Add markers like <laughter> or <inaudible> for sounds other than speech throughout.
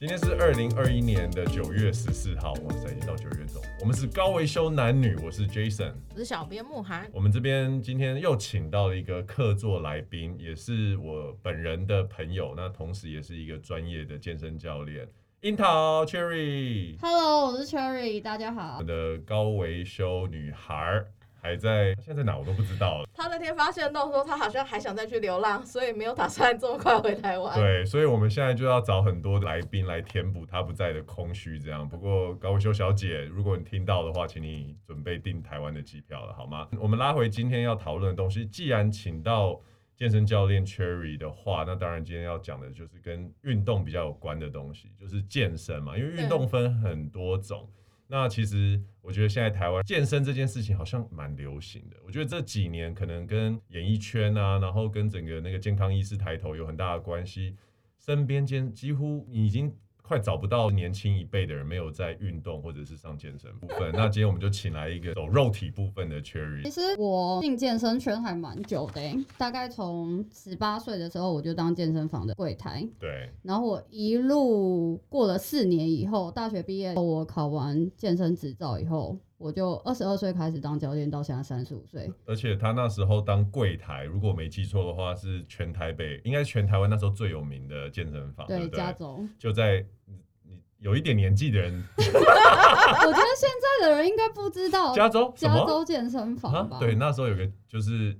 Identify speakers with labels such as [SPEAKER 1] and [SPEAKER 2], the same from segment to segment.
[SPEAKER 1] 天是二零二一年的九月十四号，哇塞，已经到九月中。我们是高维修男女，我是 Jason。
[SPEAKER 2] 我是小编慕寒，
[SPEAKER 1] 我们这边今天又请到了一个客座来宾，也是我本人的朋友，那同时也是一个专业的健身教练，樱桃 Cherry。
[SPEAKER 3] Hello，我是 Cherry，大家
[SPEAKER 1] 我
[SPEAKER 3] 好
[SPEAKER 1] 们。的高维修女孩儿还在，现在在哪我都不知道。啊
[SPEAKER 2] 他那天发现到说他好像还想再去流浪，所以没有打算这么快回台湾。
[SPEAKER 1] 对，所以我们现在就要找很多的来宾来填补她不在的空虚。这样，不过高维修小姐，如果你听到的话，请你准备订台湾的机票了，好吗？我们拉回今天要讨论的东西，既然请到健身教练 Cherry 的话，那当然今天要讲的就是跟运动比较有关的东西，就是健身嘛，因为运动分很多种。那其实我觉得现在台湾健身这件事情好像蛮流行的。我觉得这几年可能跟演艺圈啊，然后跟整个那个健康意识抬头有很大的关系。身边间几乎你已经快找不到年轻一辈的人没有在运动或者是上健身部分。那今天我们就请来一个走肉体部分的 Cherry
[SPEAKER 3] 其。实我进哦健身圈还蛮久的欸、大概从十八岁的时候我就当健身房的柜台，
[SPEAKER 1] 对，
[SPEAKER 3] 然后我一路过了四年以后，大学毕业，我考完健身执照以后，我就二十二岁开始当教练，到现在三十五岁。
[SPEAKER 1] 而且他那时候当柜台，如果我没记错的话，是全台北，应该是全台湾那时候最有名的健身啊房，对
[SPEAKER 3] 对，
[SPEAKER 1] 不
[SPEAKER 3] 加
[SPEAKER 1] 对？
[SPEAKER 3] 州， <laughs>
[SPEAKER 1] 就在你你有一点年纪的人，
[SPEAKER 3] 我觉得现在的人应该不知
[SPEAKER 1] <laughs>
[SPEAKER 3] 道
[SPEAKER 1] 加州什
[SPEAKER 3] 加
[SPEAKER 1] 么
[SPEAKER 3] 州健身
[SPEAKER 1] 啊
[SPEAKER 3] 房吧？
[SPEAKER 1] 对，那时候有个就是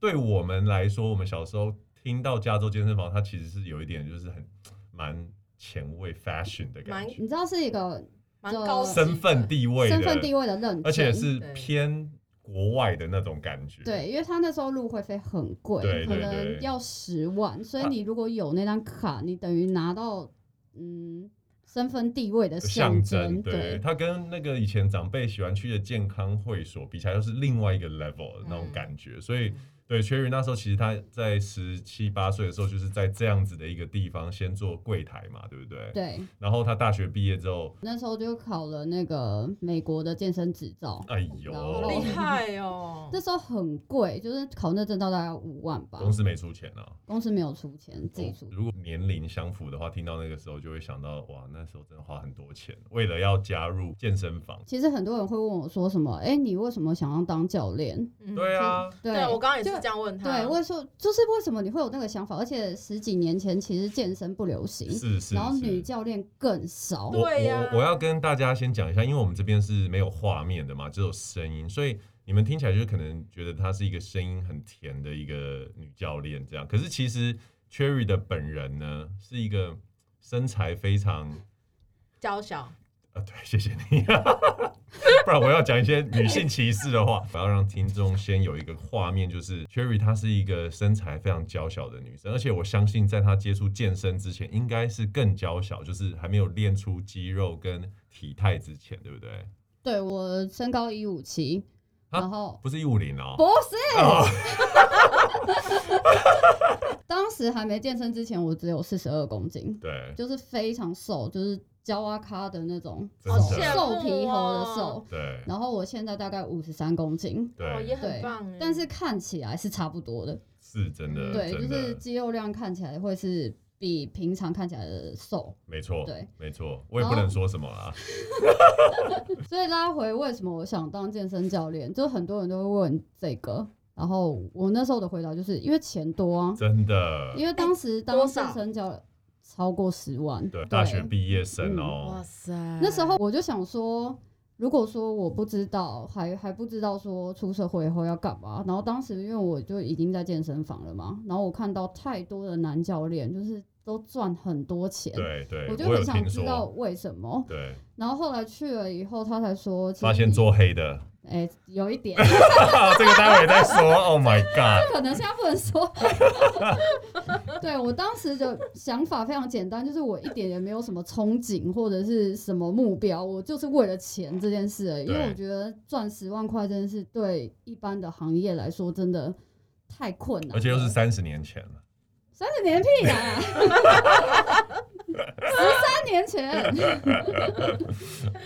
[SPEAKER 1] 对我们来说，我们小时候听到加州健身房，它其实是有一点就是很蛮前卫 fashion 的感
[SPEAKER 2] 蛮
[SPEAKER 1] 觉，
[SPEAKER 3] 你知道是一个
[SPEAKER 2] 蛮高级的
[SPEAKER 1] 身份地位的，
[SPEAKER 3] 身份地位的认证，
[SPEAKER 1] 而且是
[SPEAKER 2] 对
[SPEAKER 1] 偏国外的那种感觉。
[SPEAKER 3] 对，因为他那时候入会费很贵，
[SPEAKER 1] 嗯对
[SPEAKER 3] 可
[SPEAKER 1] 对对啊
[SPEAKER 3] 能要十万，所以
[SPEAKER 1] 他
[SPEAKER 3] 你如果有那张卡，你等于拿到嗯身份地位的
[SPEAKER 1] 象
[SPEAKER 3] 征。
[SPEAKER 1] 征，对，它跟那个以前长辈喜欢去的健康会所比起来，又是另外一个 level 的那种
[SPEAKER 2] 嗯
[SPEAKER 1] 感觉。所以
[SPEAKER 2] 嗯，
[SPEAKER 1] 对 Cherry 那时候，其实他在十七八岁的时候，就是在这样子的一个地方先做柜台嘛，对不对？
[SPEAKER 3] 对，
[SPEAKER 1] 然后他大学毕业之后，
[SPEAKER 3] 那时候就考了那个美国的健身执照，
[SPEAKER 1] 哎
[SPEAKER 3] 好
[SPEAKER 2] 好厉
[SPEAKER 1] 呦，
[SPEAKER 2] 害哦！
[SPEAKER 3] 那时候很贵，就是考那证照大概五万吧，
[SPEAKER 1] 公司哦没出钱啊。
[SPEAKER 3] 公司没有出钱，自己出。
[SPEAKER 1] 如果年龄相符的话，听到那个时候就会想到，哇，那时候真的花很多钱，为了要加入健身房。
[SPEAKER 3] 其实很多人会问我说什么，哎、你为什么想要当教练？
[SPEAKER 2] 嗯
[SPEAKER 1] 对啊，
[SPEAKER 3] 对
[SPEAKER 2] 对我刚刚也是
[SPEAKER 3] 就
[SPEAKER 2] 这样问他。
[SPEAKER 3] 对，为什么就是为什么你会有那个想法？而且十几年前其实健身不流行，
[SPEAKER 1] 是是。
[SPEAKER 3] 然后
[SPEAKER 1] 是
[SPEAKER 3] 女教练更少。
[SPEAKER 1] 我
[SPEAKER 2] 对呀
[SPEAKER 1] 我我要跟大家先讲一下，因为我们这边是没有画面的嘛，只有声音，所以你们听起来就可能觉得她是一个声音很甜的一个女教练这样。可是其实 Cherry 的本人呢，是一个身材非常
[SPEAKER 2] 娇小，
[SPEAKER 1] 啊，对，谢谢你， <laughs> 不然我要讲一些女性歧视的话。 <laughs> 我要让听众先有一个画面，就是 Cherry 她是一个身材非常娇小的女生，而且我相信在她接触健身之前，应该是更娇小，就是还没有练出肌肉跟体态之前，对不对？
[SPEAKER 3] 对我身高一五七，
[SPEAKER 1] 啊
[SPEAKER 3] 然后
[SPEAKER 1] 不是一五零哦
[SPEAKER 3] 不，
[SPEAKER 1] <laughs>
[SPEAKER 3] 是，
[SPEAKER 1] 哦
[SPEAKER 3] 当时还没健身之前，我只有四十二公斤，
[SPEAKER 1] 对
[SPEAKER 3] 就是非常瘦，就是焦阿咖的那种
[SPEAKER 1] 真
[SPEAKER 3] 瘦，
[SPEAKER 1] 的
[SPEAKER 3] 瘦皮猴的瘦。
[SPEAKER 1] 对
[SPEAKER 3] 然后我现在大概五十三公斤，
[SPEAKER 2] 哦，也
[SPEAKER 1] 对，
[SPEAKER 2] 很
[SPEAKER 3] 对
[SPEAKER 2] 棒哎。，
[SPEAKER 3] 但是看起来是差不多的，
[SPEAKER 1] 是真的，
[SPEAKER 3] 嗯对，就
[SPEAKER 1] 嗯真
[SPEAKER 3] 是
[SPEAKER 1] 的，
[SPEAKER 3] 肌肉量看起来会是比平常看起来的瘦。
[SPEAKER 1] 没错，
[SPEAKER 3] 对，
[SPEAKER 1] 没错，我也不能说什么啦，
[SPEAKER 3] 所以拉回为什么我想当健身教练，就很多人都会问这个，然后我那时候的回答就是因为钱多啊，
[SPEAKER 1] <laughs> 真的，
[SPEAKER 3] 因为当时
[SPEAKER 2] 多
[SPEAKER 3] 当
[SPEAKER 2] 少
[SPEAKER 3] 健身教超过十万，
[SPEAKER 1] 对，大学毕业生
[SPEAKER 3] 嗯
[SPEAKER 1] 哦，
[SPEAKER 2] 哇塞，
[SPEAKER 3] 那时候我就想说，如果说我不知道，还还不知道说出社会以后要干嘛，然后当时因为我就已经在健身房了嘛，然后我看到太多的男教练就是都赚很多钱，
[SPEAKER 1] 对对，
[SPEAKER 3] 我就
[SPEAKER 1] 有
[SPEAKER 3] 很想
[SPEAKER 1] 听
[SPEAKER 3] 知道
[SPEAKER 1] 说，
[SPEAKER 3] 为什么。
[SPEAKER 1] 对，
[SPEAKER 3] 然后后来去了以后，他才说，其实
[SPEAKER 1] 发现
[SPEAKER 3] 你
[SPEAKER 1] 做黑的， <laughs>
[SPEAKER 3] 哎、有一点，
[SPEAKER 1] 这个待会再说。Oh my god！
[SPEAKER 3] 可能现在不能说。对我当时的想法非常简单，就是我一点也没有什么憧憬或者是什么目标，我就是为了钱这件事而已。因
[SPEAKER 1] 对
[SPEAKER 3] 为我觉得赚十万块真的是对一般的行业来说真的太困难了，
[SPEAKER 1] 而且又是三十年前了，
[SPEAKER 3] 三十年
[SPEAKER 1] <laughs>
[SPEAKER 3] 屁啊，十三年前，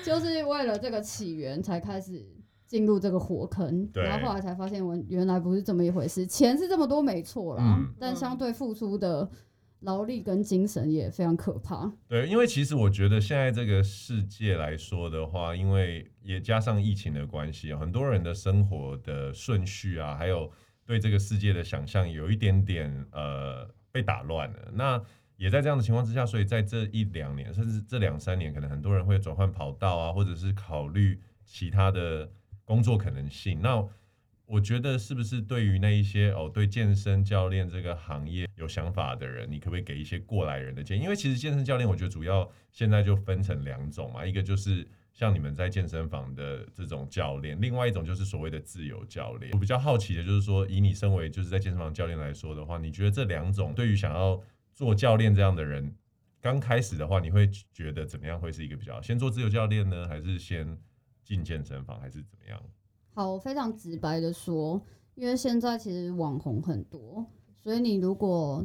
[SPEAKER 3] 就是为了这个起源才开始进入这个火坑，
[SPEAKER 1] 对
[SPEAKER 3] 然后后来才发现我原来不是这么一回事，钱是这么多没错啦，
[SPEAKER 1] 嗯
[SPEAKER 3] 但相对付出的劳力跟精神也非常可怕。
[SPEAKER 1] 对，因为其实我觉得现在这个世界来说的话，因为也加上疫情的关系，很多人的生活的顺序啊，还有对这个世界的想象，有一点点呃被打乱了。那也在这样的情况之下，所以在这一两年，甚至这两三年，可能很多人会转换跑道啊，或者是考虑其他的工作可能性。那我觉得是不是对于那一些哦，对健身教练这个行业有想法的人，你可不可以给一些过来人的建议？因为其实健身教练，我觉得主要现在就分成两种嘛，一个就是像你们在健身房的这种教练，另外一种就是所谓的自由教练。我比较好奇的就是说，以你身为就是在健身房教练来说的话，你觉得这两种对于想要做教练这样的人，刚开始的话，你会觉得怎么样会是一个比较好？先做自由教练呢，还是先进健身房，还是怎么样？
[SPEAKER 3] 好，我非常直白的说，因为现在其实网红很多，所以你如果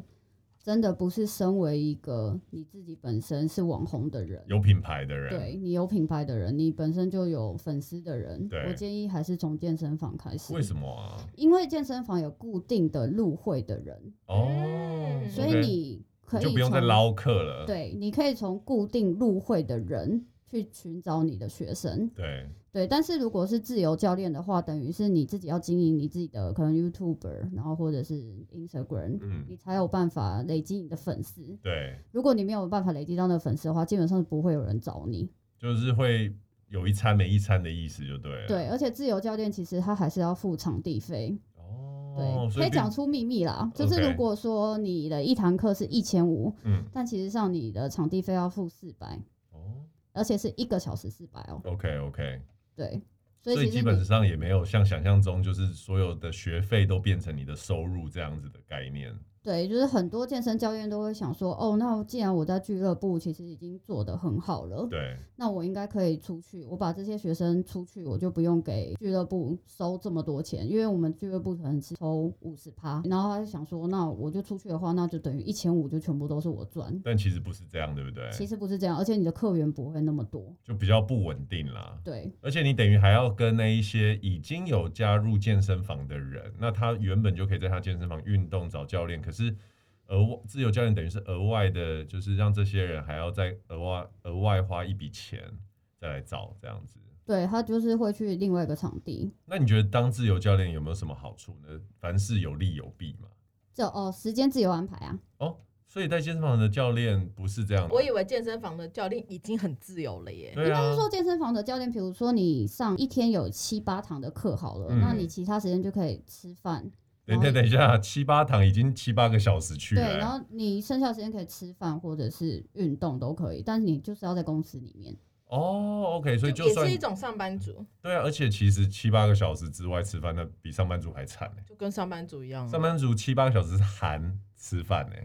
[SPEAKER 3] 真的不是身为一个你自己本身是网红的人，
[SPEAKER 1] 有品牌的人，
[SPEAKER 3] 对你有品牌的人，你本身就有粉丝的人
[SPEAKER 1] 对，
[SPEAKER 3] 我建议还是从健身房开始。
[SPEAKER 1] 为什么啊？
[SPEAKER 3] 因为健身房有固定的入会的人，
[SPEAKER 1] 哦，
[SPEAKER 2] 嗯
[SPEAKER 3] 所以
[SPEAKER 1] OK
[SPEAKER 3] 你可以
[SPEAKER 1] 就不用再
[SPEAKER 3] 从
[SPEAKER 1] 捞客了。
[SPEAKER 3] 对，你可以从固定入会的人去寻找你的学生。
[SPEAKER 1] 对
[SPEAKER 3] 对，但是如果是自由教练的话，等于是你自己要经营你自己的可能 YouTuber，然后或者是 Instagram，、
[SPEAKER 1] 嗯
[SPEAKER 3] 你才有办法累积你的粉丝。
[SPEAKER 1] 对，
[SPEAKER 3] 如果你没有办法累积到那个粉丝的话，基本上是不会有人找你。
[SPEAKER 1] 就是会有一餐没一餐的意思，就对了。
[SPEAKER 3] 对，而且自由教练其实他还是要付场地费。
[SPEAKER 1] 哦
[SPEAKER 3] 对，，
[SPEAKER 1] 所
[SPEAKER 3] 可以
[SPEAKER 1] 并
[SPEAKER 3] 讲出秘密啦。就是如
[SPEAKER 1] OK
[SPEAKER 3] 果说你的一堂课是一千五，
[SPEAKER 1] 嗯
[SPEAKER 3] 但其实上你的场地费要付四百，
[SPEAKER 1] 哦
[SPEAKER 3] 而且是一个小时四百哦。
[SPEAKER 1] ，OK OK，
[SPEAKER 3] 对，所以
[SPEAKER 1] 所
[SPEAKER 3] 其
[SPEAKER 1] 以
[SPEAKER 3] 实
[SPEAKER 1] 基
[SPEAKER 3] 你
[SPEAKER 1] 本上也没有像想象中，就是所有的学费都变成你的收入这样子的概念。
[SPEAKER 3] 对，就是很多健身教练都会想说，哦，那既然我在俱乐部其实已经做得很好了，
[SPEAKER 1] 对
[SPEAKER 3] 那我应该可以出去，我把这些学生出去，我就不用给俱乐部收这么多钱，因为我们俱乐部可能是收五十趴，然后他就想说，那我就出去的话，那就等于一千五就全部都是我赚。
[SPEAKER 1] 但其实不是这样，对不对？
[SPEAKER 3] 其实不是这样，而且你的客源不会那么多。
[SPEAKER 1] 就比较不稳定啦。
[SPEAKER 3] 对
[SPEAKER 1] 而且你等于还要跟那一些已经有加入健身房的人，那他原本就可以在他健身房运动找教练，可是额外自由教练等于是额外的，就是让这些人还要再额外额外花一笔钱再来找这样子。
[SPEAKER 3] 对，他就是会去另外一个场地。
[SPEAKER 1] 那你觉得当自由教练有没有什么好处呢？凡事有利有弊嘛。
[SPEAKER 3] 这哦，时间自由安排啊，
[SPEAKER 1] 所以在健身房的教练不是这样的，
[SPEAKER 2] 我以为健身房的教练已经很自由了耶。
[SPEAKER 1] 对
[SPEAKER 3] 应该
[SPEAKER 1] 啊
[SPEAKER 3] 是，说健身房的教练，比如说你上一天有七八堂的课好了，
[SPEAKER 1] 嗯
[SPEAKER 3] 那你其他时间就可以吃饭，
[SPEAKER 1] 等一下等一下，七八堂已经七八个小时去啊
[SPEAKER 3] 对，
[SPEAKER 1] 了、欸
[SPEAKER 3] 然后你剩下的时间可以吃饭或者是运动都可以，但是你就是要在公司里面。
[SPEAKER 1] 哦，OK，所以就
[SPEAKER 2] 也
[SPEAKER 1] 算
[SPEAKER 2] 是一种上班族，
[SPEAKER 1] 对啊，而且其实七八个小时之外吃饭，那比上班族还惨、欸
[SPEAKER 2] 就跟上班族一
[SPEAKER 3] 嗯
[SPEAKER 2] 样啊。
[SPEAKER 1] 上班族七八个小时是含吃饭欸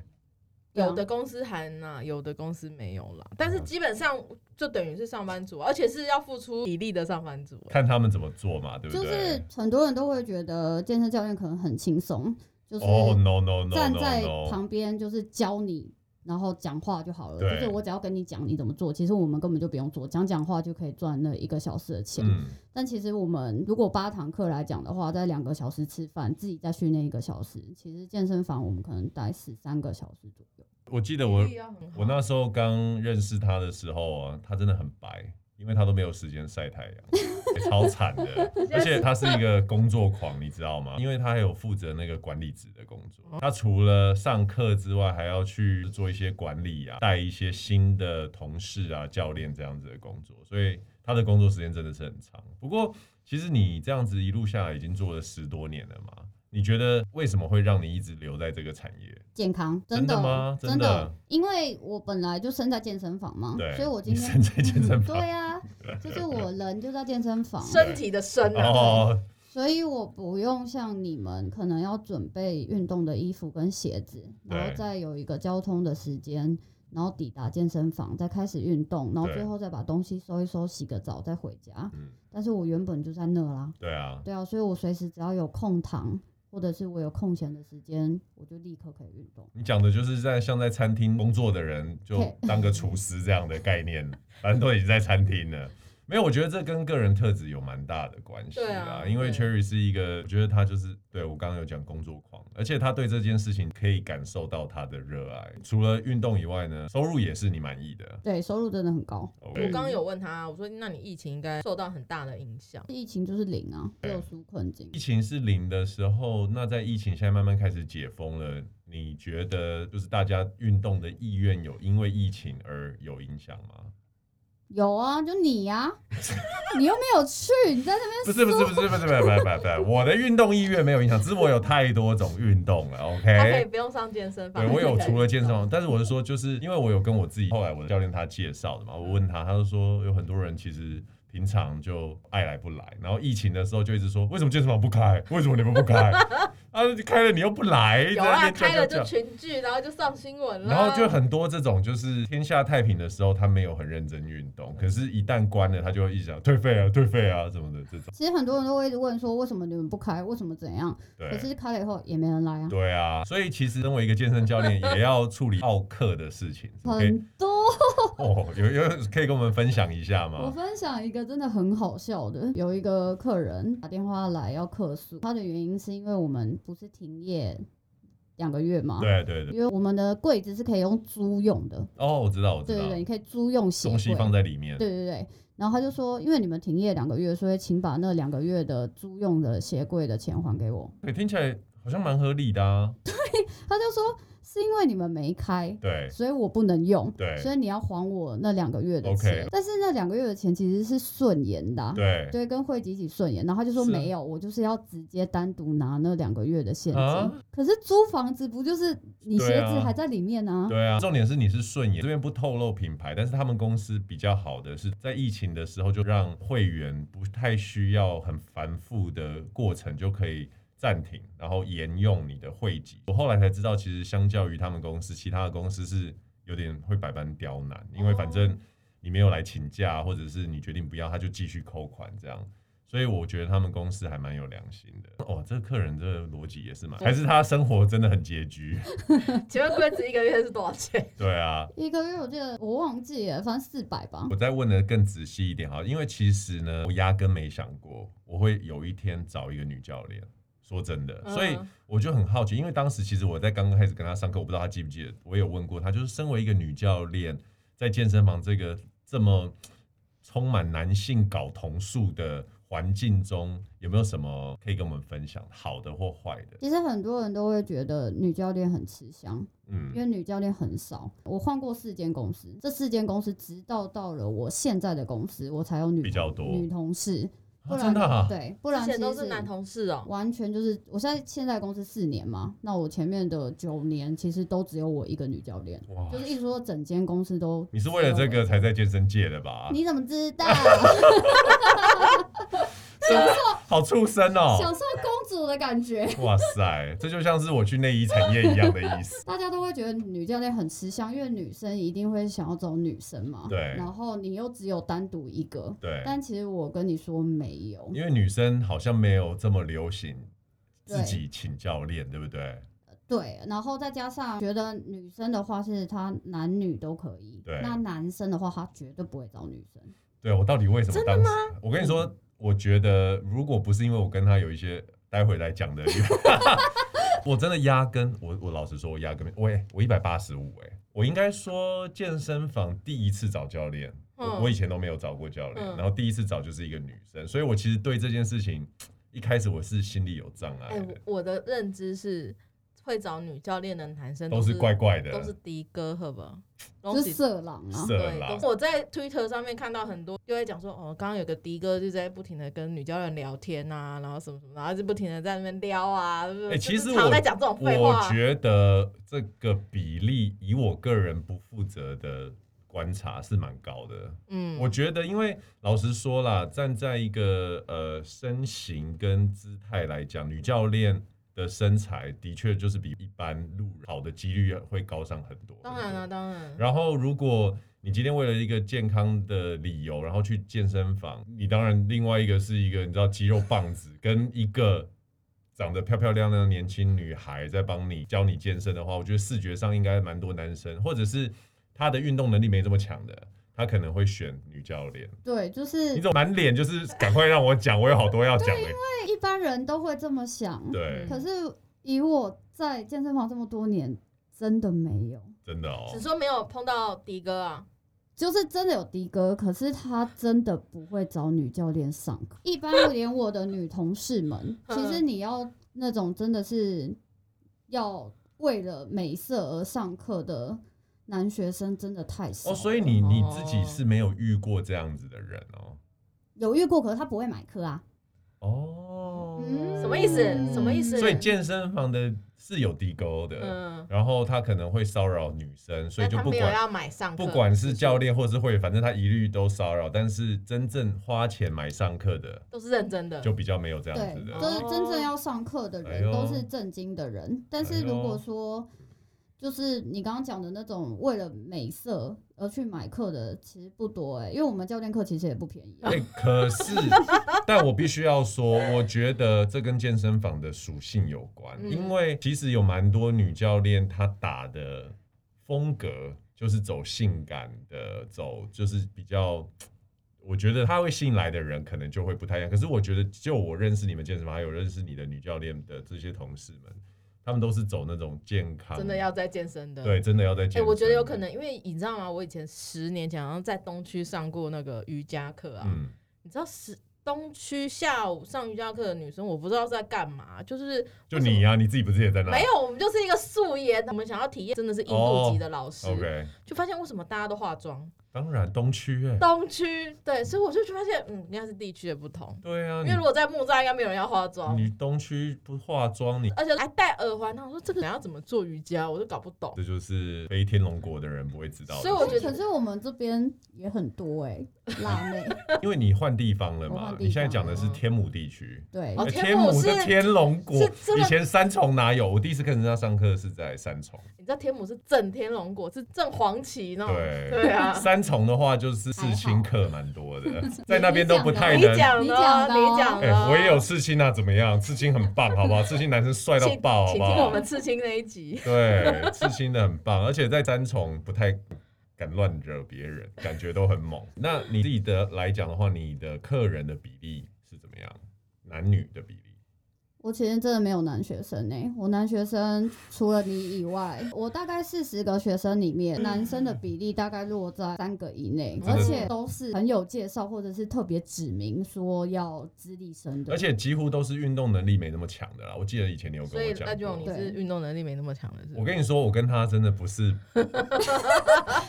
[SPEAKER 1] 呢、
[SPEAKER 2] 有的公司含呐、有的公司没有啦。但是基本上就等于是上班族，而且是要付出比例的上班族。
[SPEAKER 1] 看他们怎么做嘛，对不
[SPEAKER 3] 就
[SPEAKER 1] 对？
[SPEAKER 3] 是很多人都会觉得健身教练可能很轻松，就是
[SPEAKER 1] 哦、no no no
[SPEAKER 3] 站
[SPEAKER 1] no
[SPEAKER 3] 在
[SPEAKER 1] no，
[SPEAKER 3] 旁边就是教你。然后讲话就好了，
[SPEAKER 1] 对
[SPEAKER 3] 就是我只要跟你讲你怎么做，其实我们根本就不用做，讲讲话就可以赚那一个小时的钱。
[SPEAKER 1] 嗯，
[SPEAKER 3] 但其实我们如果八堂课来讲的话，在两个小时吃饭，自己再训练一个小时，其实健身房我们可能待十三个小时左右。
[SPEAKER 1] 我记得
[SPEAKER 2] 比
[SPEAKER 1] 我
[SPEAKER 2] 例要很好
[SPEAKER 1] 我那时候刚认识他的时候啊，他真的很白。因为他都没有时间晒
[SPEAKER 3] <laughs>
[SPEAKER 1] 太阳，欸超惨的。而且他是一个工作狂，你知道吗？因为他还有负责那个管理职的工作，
[SPEAKER 3] 哦
[SPEAKER 1] 他除了上课之外，还要去做一些管理啊，带一些新的同事啊、教练这样子的工作，所以他的工作时间真的是很长。不过，其实你这样子一路下来，已经做了十多年了嘛。你觉得为什么会让你一直留在这个产业？
[SPEAKER 3] 健康真
[SPEAKER 1] 真的
[SPEAKER 3] 的
[SPEAKER 1] 吗
[SPEAKER 3] 真
[SPEAKER 1] 真的
[SPEAKER 3] 因为我本来就生在健身房嘛，
[SPEAKER 1] 对，
[SPEAKER 3] 嗯所以我今
[SPEAKER 1] 你
[SPEAKER 3] 天
[SPEAKER 1] 身在健身房，
[SPEAKER 3] 对啊，就是我人就在健身房，
[SPEAKER 2] 身体的身啊，
[SPEAKER 1] 哦，
[SPEAKER 3] 所以我不用像你们可能要准备运动的衣服跟鞋子，
[SPEAKER 1] 对
[SPEAKER 3] 然后再有一个交通的时间，然后抵达健身房，再开始运动，然后
[SPEAKER 1] 对
[SPEAKER 3] 最后再把东西收一收，洗个澡再回家。
[SPEAKER 1] 嗯，
[SPEAKER 3] 但是我原本就在那啦，
[SPEAKER 1] 对啊，
[SPEAKER 3] 对啊，所以我随时只要有空堂，或者是我有空闲的时间，我就立刻可以运动。
[SPEAKER 1] 你讲的就是在像在餐厅工作的人，就
[SPEAKER 3] 对
[SPEAKER 1] <laughs> 当个厨师这样的概念，反正都已经在餐厅了。没有，我觉得这跟个人特质有蛮大的关系
[SPEAKER 2] 对
[SPEAKER 1] 啦。
[SPEAKER 2] 啊
[SPEAKER 1] 因为
[SPEAKER 2] 对
[SPEAKER 1] Cherry 是一个，我觉得他就是对我刚刚有讲工作狂，而且他对这件事情可以感受到他的热爱。除了运动以外呢，收入也是你满意的。
[SPEAKER 3] 对，收入真的很高。
[SPEAKER 2] 我
[SPEAKER 1] OK，
[SPEAKER 2] 刚刚有问他，我说那你疫情应该受到很大的影响，
[SPEAKER 3] 疫情就是零啊，只
[SPEAKER 1] 对
[SPEAKER 3] 有纾困金
[SPEAKER 1] 疫。情是零的时候，那在疫情现在慢慢开始解封了，你觉得就是大家运动的意愿有因为疫情而有影响吗？
[SPEAKER 3] 有啊，就你呀、 <laughs> 你又没有去，你在那
[SPEAKER 1] 不是不是不是不是不是不是不是不是不是，我的运动意愿没有影响，只是我有太多种运动了。
[SPEAKER 2] 他可以
[SPEAKER 1] OK，
[SPEAKER 2] 不用上健身
[SPEAKER 1] 对
[SPEAKER 2] 房。
[SPEAKER 1] 我有除了健身
[SPEAKER 2] 房，
[SPEAKER 1] 房，但是我是说，就是因为我有跟我自己后来我的教练他介绍的嘛，我问他，他就说有很多人其实。平常就爱来不来，然后疫情的时候就一直说为什么健身房不开？为什么你们不开？啊，开了你又不来，
[SPEAKER 2] <laughs> 有
[SPEAKER 1] 在那
[SPEAKER 2] 啊，
[SPEAKER 1] 边叫
[SPEAKER 2] 开了
[SPEAKER 1] 叫
[SPEAKER 2] 就
[SPEAKER 1] 叫
[SPEAKER 2] 群聚，然后就上新闻了，
[SPEAKER 1] 然后就很多这种，就是天下太平的时候，他没有很认真运
[SPEAKER 3] 嗯
[SPEAKER 1] 动，可是，一旦关了，他就会一直想退费啊、退费啊什么的这种。
[SPEAKER 3] 其实很多人都会一直问说，为什么你们不开？为什么怎样？可
[SPEAKER 1] 对，
[SPEAKER 3] 是开了以后也没人来啊，
[SPEAKER 1] 对啊，所以其实身为一个健身教练，也要处理奥克的事情。可以
[SPEAKER 3] 很多。
[SPEAKER 1] 哦，有有可以跟我们分享一下
[SPEAKER 3] 我
[SPEAKER 1] 吗？
[SPEAKER 3] 分享一个真的很好笑的，有一个客人打电话来要客诉，他的原因是因为我们不是停业两个月嘛，
[SPEAKER 1] 对对对，
[SPEAKER 3] 因为我们的柜子是可以用租用的，
[SPEAKER 1] 哦，我知道，我
[SPEAKER 3] 对
[SPEAKER 1] 知道
[SPEAKER 3] 对，对，你可以租用鞋
[SPEAKER 1] 东西
[SPEAKER 3] 柜
[SPEAKER 1] 放在里面。
[SPEAKER 3] 对对对，然后他就说，因为你们停业两个月，所以请把那两个月的租用的鞋柜的钱还给我。
[SPEAKER 1] 对，听起来好像蛮合理的啊。
[SPEAKER 3] 他就说是因为你们没开，
[SPEAKER 1] 对
[SPEAKER 3] 所以我不能用，
[SPEAKER 1] 对
[SPEAKER 3] 所以你要还我那两个月的
[SPEAKER 1] OK
[SPEAKER 3] 钱。但是那两个月的钱其实是顺延的啊、
[SPEAKER 1] 对
[SPEAKER 3] 对，跟汇集一起顺延，然后他就说
[SPEAKER 1] 是
[SPEAKER 3] 没有，我就是要直接单独拿那两个月的现金。
[SPEAKER 1] 啊
[SPEAKER 3] 可是租房子不就是你鞋
[SPEAKER 1] 对啊
[SPEAKER 3] 子还在里面呢、啊？
[SPEAKER 1] 对啊，重点是你是顺眼，这边不透露品牌，但是他们公司比较好的是在疫情的时候就让会员不太需要很繁复的过程就可以暂停，然后沿用你的汇集。我后来才知道，其实相较于他们公司，其他的公司是有点会百般刁难，因为反正你没有来请假，或者是你决定不要，他就继续扣款这样。所以我觉得他们公司还蛮有良心的哦，这个客人这个逻辑也是蛮，还是他生活真的很拮据， <laughs>
[SPEAKER 2] 请问柜子一个月是多少钱？
[SPEAKER 1] 对啊，
[SPEAKER 3] 一个月我记得我忘记了，反正四百吧
[SPEAKER 1] 我。再问的更仔细一点哈，因为其实呢，我压根没想过我会有一天找一个女教练。说真的，
[SPEAKER 2] 嗯
[SPEAKER 1] 所以我就很好奇，因为当时其实我在刚刚开始跟她上课，我不知道她记不记得，我有问过她，就是身为一个女教练，在健身房这个这么充满男性睾酮素的环境中，有没有什么可以跟我们分享，好的或坏的？
[SPEAKER 3] 其实很多人都会觉得女教练很吃香，因
[SPEAKER 1] 嗯，
[SPEAKER 3] 为女教练很少。我换过四间公司，这四间公司直到到了我现在的公司，我才有女
[SPEAKER 1] 比较多
[SPEAKER 3] 女同事，不
[SPEAKER 1] 啊
[SPEAKER 3] 然、
[SPEAKER 1] 真的啊，
[SPEAKER 3] 对，不然
[SPEAKER 2] 之
[SPEAKER 3] 其实
[SPEAKER 2] 前都是男同事哦，
[SPEAKER 3] 完全就是我现在现在公司四年嘛，那我前面的九年其实都只有我一个女教练，
[SPEAKER 1] 哇
[SPEAKER 3] 就，是一直说整间公司都
[SPEAKER 1] 你是为了这个啊才在健身界的吧？
[SPEAKER 3] 你怎么知
[SPEAKER 1] <laughs>
[SPEAKER 3] 道？
[SPEAKER 1] 好畜生哦！
[SPEAKER 3] 享受公主的感觉。
[SPEAKER 1] <laughs> 哇塞，这就像是我去内衣产业一样的意思。
[SPEAKER 3] 大家都会觉得女教练很吃香，因为女生一定会想要找女生嘛。
[SPEAKER 1] 对
[SPEAKER 3] 然后你又只有单独一个，
[SPEAKER 2] <laughs>
[SPEAKER 1] 对，
[SPEAKER 3] 但其实我跟你说没有，
[SPEAKER 1] 因为女生好像没有这么流行
[SPEAKER 3] 对
[SPEAKER 1] 自己请教练，对不对？
[SPEAKER 3] 对，然后再加上觉得女生的话是她男女都可以，
[SPEAKER 1] 对
[SPEAKER 3] 那男生的话他绝对不会找女生，
[SPEAKER 1] 对我到底为什么
[SPEAKER 2] 真的嗯
[SPEAKER 1] 当时？我跟你说，我觉得如果不是因为我跟他有一些待会来
[SPEAKER 2] <laughs>
[SPEAKER 1] 讲的，我真的压根，我我老实说，我压根没，我也我一百八十五，哎，我应该说健身房第一次找教练，我
[SPEAKER 2] 嗯
[SPEAKER 1] 我以前都没有找过教练，
[SPEAKER 2] 嗯
[SPEAKER 1] 然后第一次找就是一个女生，所以我其实对这件事情一开始我是心里有障碍
[SPEAKER 2] 哎，
[SPEAKER 1] 的，
[SPEAKER 2] 我我的认知是会找女教练的男生
[SPEAKER 1] 都是怪怪的，
[SPEAKER 2] 都是的哥，好不好？
[SPEAKER 3] 就
[SPEAKER 2] 都
[SPEAKER 3] 是色狼啊。
[SPEAKER 1] 色
[SPEAKER 2] 对，
[SPEAKER 1] 狼
[SPEAKER 2] 都是。我在 Twitter 上面看到很多就会讲说，哦，刚刚有个的哥就在不停的跟女教练聊天啊，然后什么什么，然后就不停的在那边撩啊，
[SPEAKER 1] 哎、
[SPEAKER 2] 就是
[SPEAKER 1] 其实
[SPEAKER 2] 常
[SPEAKER 1] 我
[SPEAKER 2] 在讲这种废
[SPEAKER 1] 我
[SPEAKER 2] 话。
[SPEAKER 1] 觉得这个比例，以我个人不负责的观察是蛮高的。
[SPEAKER 2] 嗯
[SPEAKER 1] 我觉得，因为老实说啦，站在一个呃身形跟姿态来讲，女教练的身材的确就是比一般路人好的几率会高上很多。
[SPEAKER 2] 当然
[SPEAKER 1] 对不对
[SPEAKER 2] 啊了、当然，
[SPEAKER 1] 然后，如果你今天为了一个健康的理由，然后去健身房，你当然另外一个是一个你知道肌肉棒子，跟一个长得漂漂亮亮的年轻女孩在帮你教你健身的话，我觉得视觉上应该蛮多男生，或者是他的运动能力没这么强的，他可能会选女教练。
[SPEAKER 3] 对，就是
[SPEAKER 1] 你怎么满脸就是赶快让我讲，我有好多要讲哎、
[SPEAKER 3] 一般人都会这么想。
[SPEAKER 1] 对，
[SPEAKER 3] 可是以我在健身房这么多年，真的没有，
[SPEAKER 1] 真的哦
[SPEAKER 2] 只。说没有碰到迪哥啊，，
[SPEAKER 3] 就是真的有的哥，可是他真的不会找女教练上课。嗯一般连我的女同事们其实你要那种真的是要为了美色而上课的男学生，真的太少
[SPEAKER 1] 哦，
[SPEAKER 3] 了。
[SPEAKER 1] 所以你你自己是没有遇过这样子的人哦。
[SPEAKER 3] 有遇过，可是他不会买课啊。
[SPEAKER 1] 哦，
[SPEAKER 3] 嗯
[SPEAKER 2] 什么意思？什么意思？
[SPEAKER 1] 所以健身房的是有地沟的，
[SPEAKER 2] 嗯，
[SPEAKER 1] 然后他可能会骚扰女生，呃所以
[SPEAKER 2] 那
[SPEAKER 1] 就
[SPEAKER 2] 他
[SPEAKER 1] 不
[SPEAKER 2] 没有
[SPEAKER 1] 管
[SPEAKER 2] 要买上课，
[SPEAKER 1] 不管是教练或是会员，反正他一律都骚扰。但是真正花钱买上课的，
[SPEAKER 2] 都是认真的，
[SPEAKER 1] 就比较没有这样
[SPEAKER 3] 对
[SPEAKER 1] 子，啊的。
[SPEAKER 3] 就是真正要上课的
[SPEAKER 1] 哎
[SPEAKER 3] 人
[SPEAKER 1] 呦
[SPEAKER 3] 都是正经的人，但
[SPEAKER 1] 哎呦
[SPEAKER 3] 是如果说就是你刚刚讲的那种为了美色而去买课的，其实不多哎、因为我们教练课其实也不便宜、啊
[SPEAKER 1] <laughs> 哎、。可是，
[SPEAKER 2] <laughs>
[SPEAKER 1] 但我必须要说，我觉得这跟健身房的属性有关，
[SPEAKER 2] 嗯
[SPEAKER 1] 因为其实有蛮多女教练她打的风格就是走性感的，走就是比较。我觉得她会吸引来的人可能就会不太一样，可是我觉得就我认识你们健身房，还有认识你的女教练的这些同事们，他们都是走那种健康，
[SPEAKER 2] 真的要在健身的。
[SPEAKER 1] 嗯对，真的要在健
[SPEAKER 2] 哎、
[SPEAKER 1] 身。
[SPEAKER 2] 我觉得有可，能，因为你知道吗？我以前十年前好像在东区上过那个瑜伽课啊。
[SPEAKER 1] 嗯，
[SPEAKER 2] 你知道十东区下午上瑜伽课的女生，我不知道在干嘛，就是
[SPEAKER 1] 就你呀、你自己不是也在那？
[SPEAKER 2] 没有，我们就是一个素颜，我们想要体验真的是印度籍的老师，
[SPEAKER 1] 哦，OK，
[SPEAKER 2] 就发现为什么大家都化妆？
[SPEAKER 1] 当然东区哎、
[SPEAKER 2] 东区对，所以我就发现，嗯，应该是地区的不同，
[SPEAKER 1] 对啊，
[SPEAKER 2] 因
[SPEAKER 1] 你嗯
[SPEAKER 2] 为如果在木栅，应该没有人要化妆。
[SPEAKER 1] 你东区不化妆，你
[SPEAKER 2] 而且还戴耳环，然后我说这个人要怎么做瑜伽，我都搞不懂。
[SPEAKER 1] 这就是非天龙国的人不会知道的事。
[SPEAKER 2] 所以我觉得
[SPEAKER 3] 可是我们这边也很多哎、辣妹，
[SPEAKER 1] 因为你换地方了
[SPEAKER 3] 我换
[SPEAKER 1] 嘛
[SPEAKER 3] 地，方
[SPEAKER 1] 你现在讲的是天母地区。
[SPEAKER 3] 对，
[SPEAKER 2] 啊哦
[SPEAKER 1] 哎
[SPEAKER 2] 天
[SPEAKER 1] 天
[SPEAKER 2] 母
[SPEAKER 1] 母
[SPEAKER 2] 是
[SPEAKER 1] 的天龙国
[SPEAKER 2] 是真，的
[SPEAKER 1] 以前三重哪有？我第一次跟人家上课是在三重，
[SPEAKER 2] 你知道天母是正天龙果，是正黄旗那种。
[SPEAKER 1] 对
[SPEAKER 2] 对
[SPEAKER 1] <laughs>
[SPEAKER 2] 啊，
[SPEAKER 1] 三重的话就是刺青课蛮多
[SPEAKER 2] <laughs>
[SPEAKER 1] 的，在那边都不太
[SPEAKER 2] 你
[SPEAKER 1] 能。
[SPEAKER 2] 讲
[SPEAKER 3] 你
[SPEAKER 2] 的
[SPEAKER 3] 讲
[SPEAKER 2] 哦，
[SPEAKER 3] 的
[SPEAKER 2] 你
[SPEAKER 3] 哦
[SPEAKER 2] 讲
[SPEAKER 1] 哎、
[SPEAKER 2] 的哦。
[SPEAKER 1] 我也有刺青啊，怎么样？刺青很棒，好不好？刺青男生帅到爆，好
[SPEAKER 2] 请
[SPEAKER 1] 不
[SPEAKER 2] 听我
[SPEAKER 1] 好？
[SPEAKER 2] 们刺青那一集。
[SPEAKER 1] 对，刺青的很棒，而且在三重不太敢乱惹别人，感觉都很猛。那你自己的来讲的话，你的客人的比例是怎么样？男女的比例？
[SPEAKER 3] 我其实真的没有男学生哎、我男学生除了你以外，我大概四十个学生里面，男生的比例大概落在三个以内，
[SPEAKER 1] 真的
[SPEAKER 3] 而且都是很有介绍或者是特别指明说要资历生的，
[SPEAKER 1] 而且几乎都是运动能力没那么强的啦。我记得以前你有
[SPEAKER 2] 所
[SPEAKER 1] 跟我
[SPEAKER 2] 以
[SPEAKER 1] 讲
[SPEAKER 2] 那就你
[SPEAKER 1] 过。
[SPEAKER 2] 是运动能力没那么强的，是不是
[SPEAKER 1] 我跟你说，我跟他真的不
[SPEAKER 3] <laughs>
[SPEAKER 1] 是，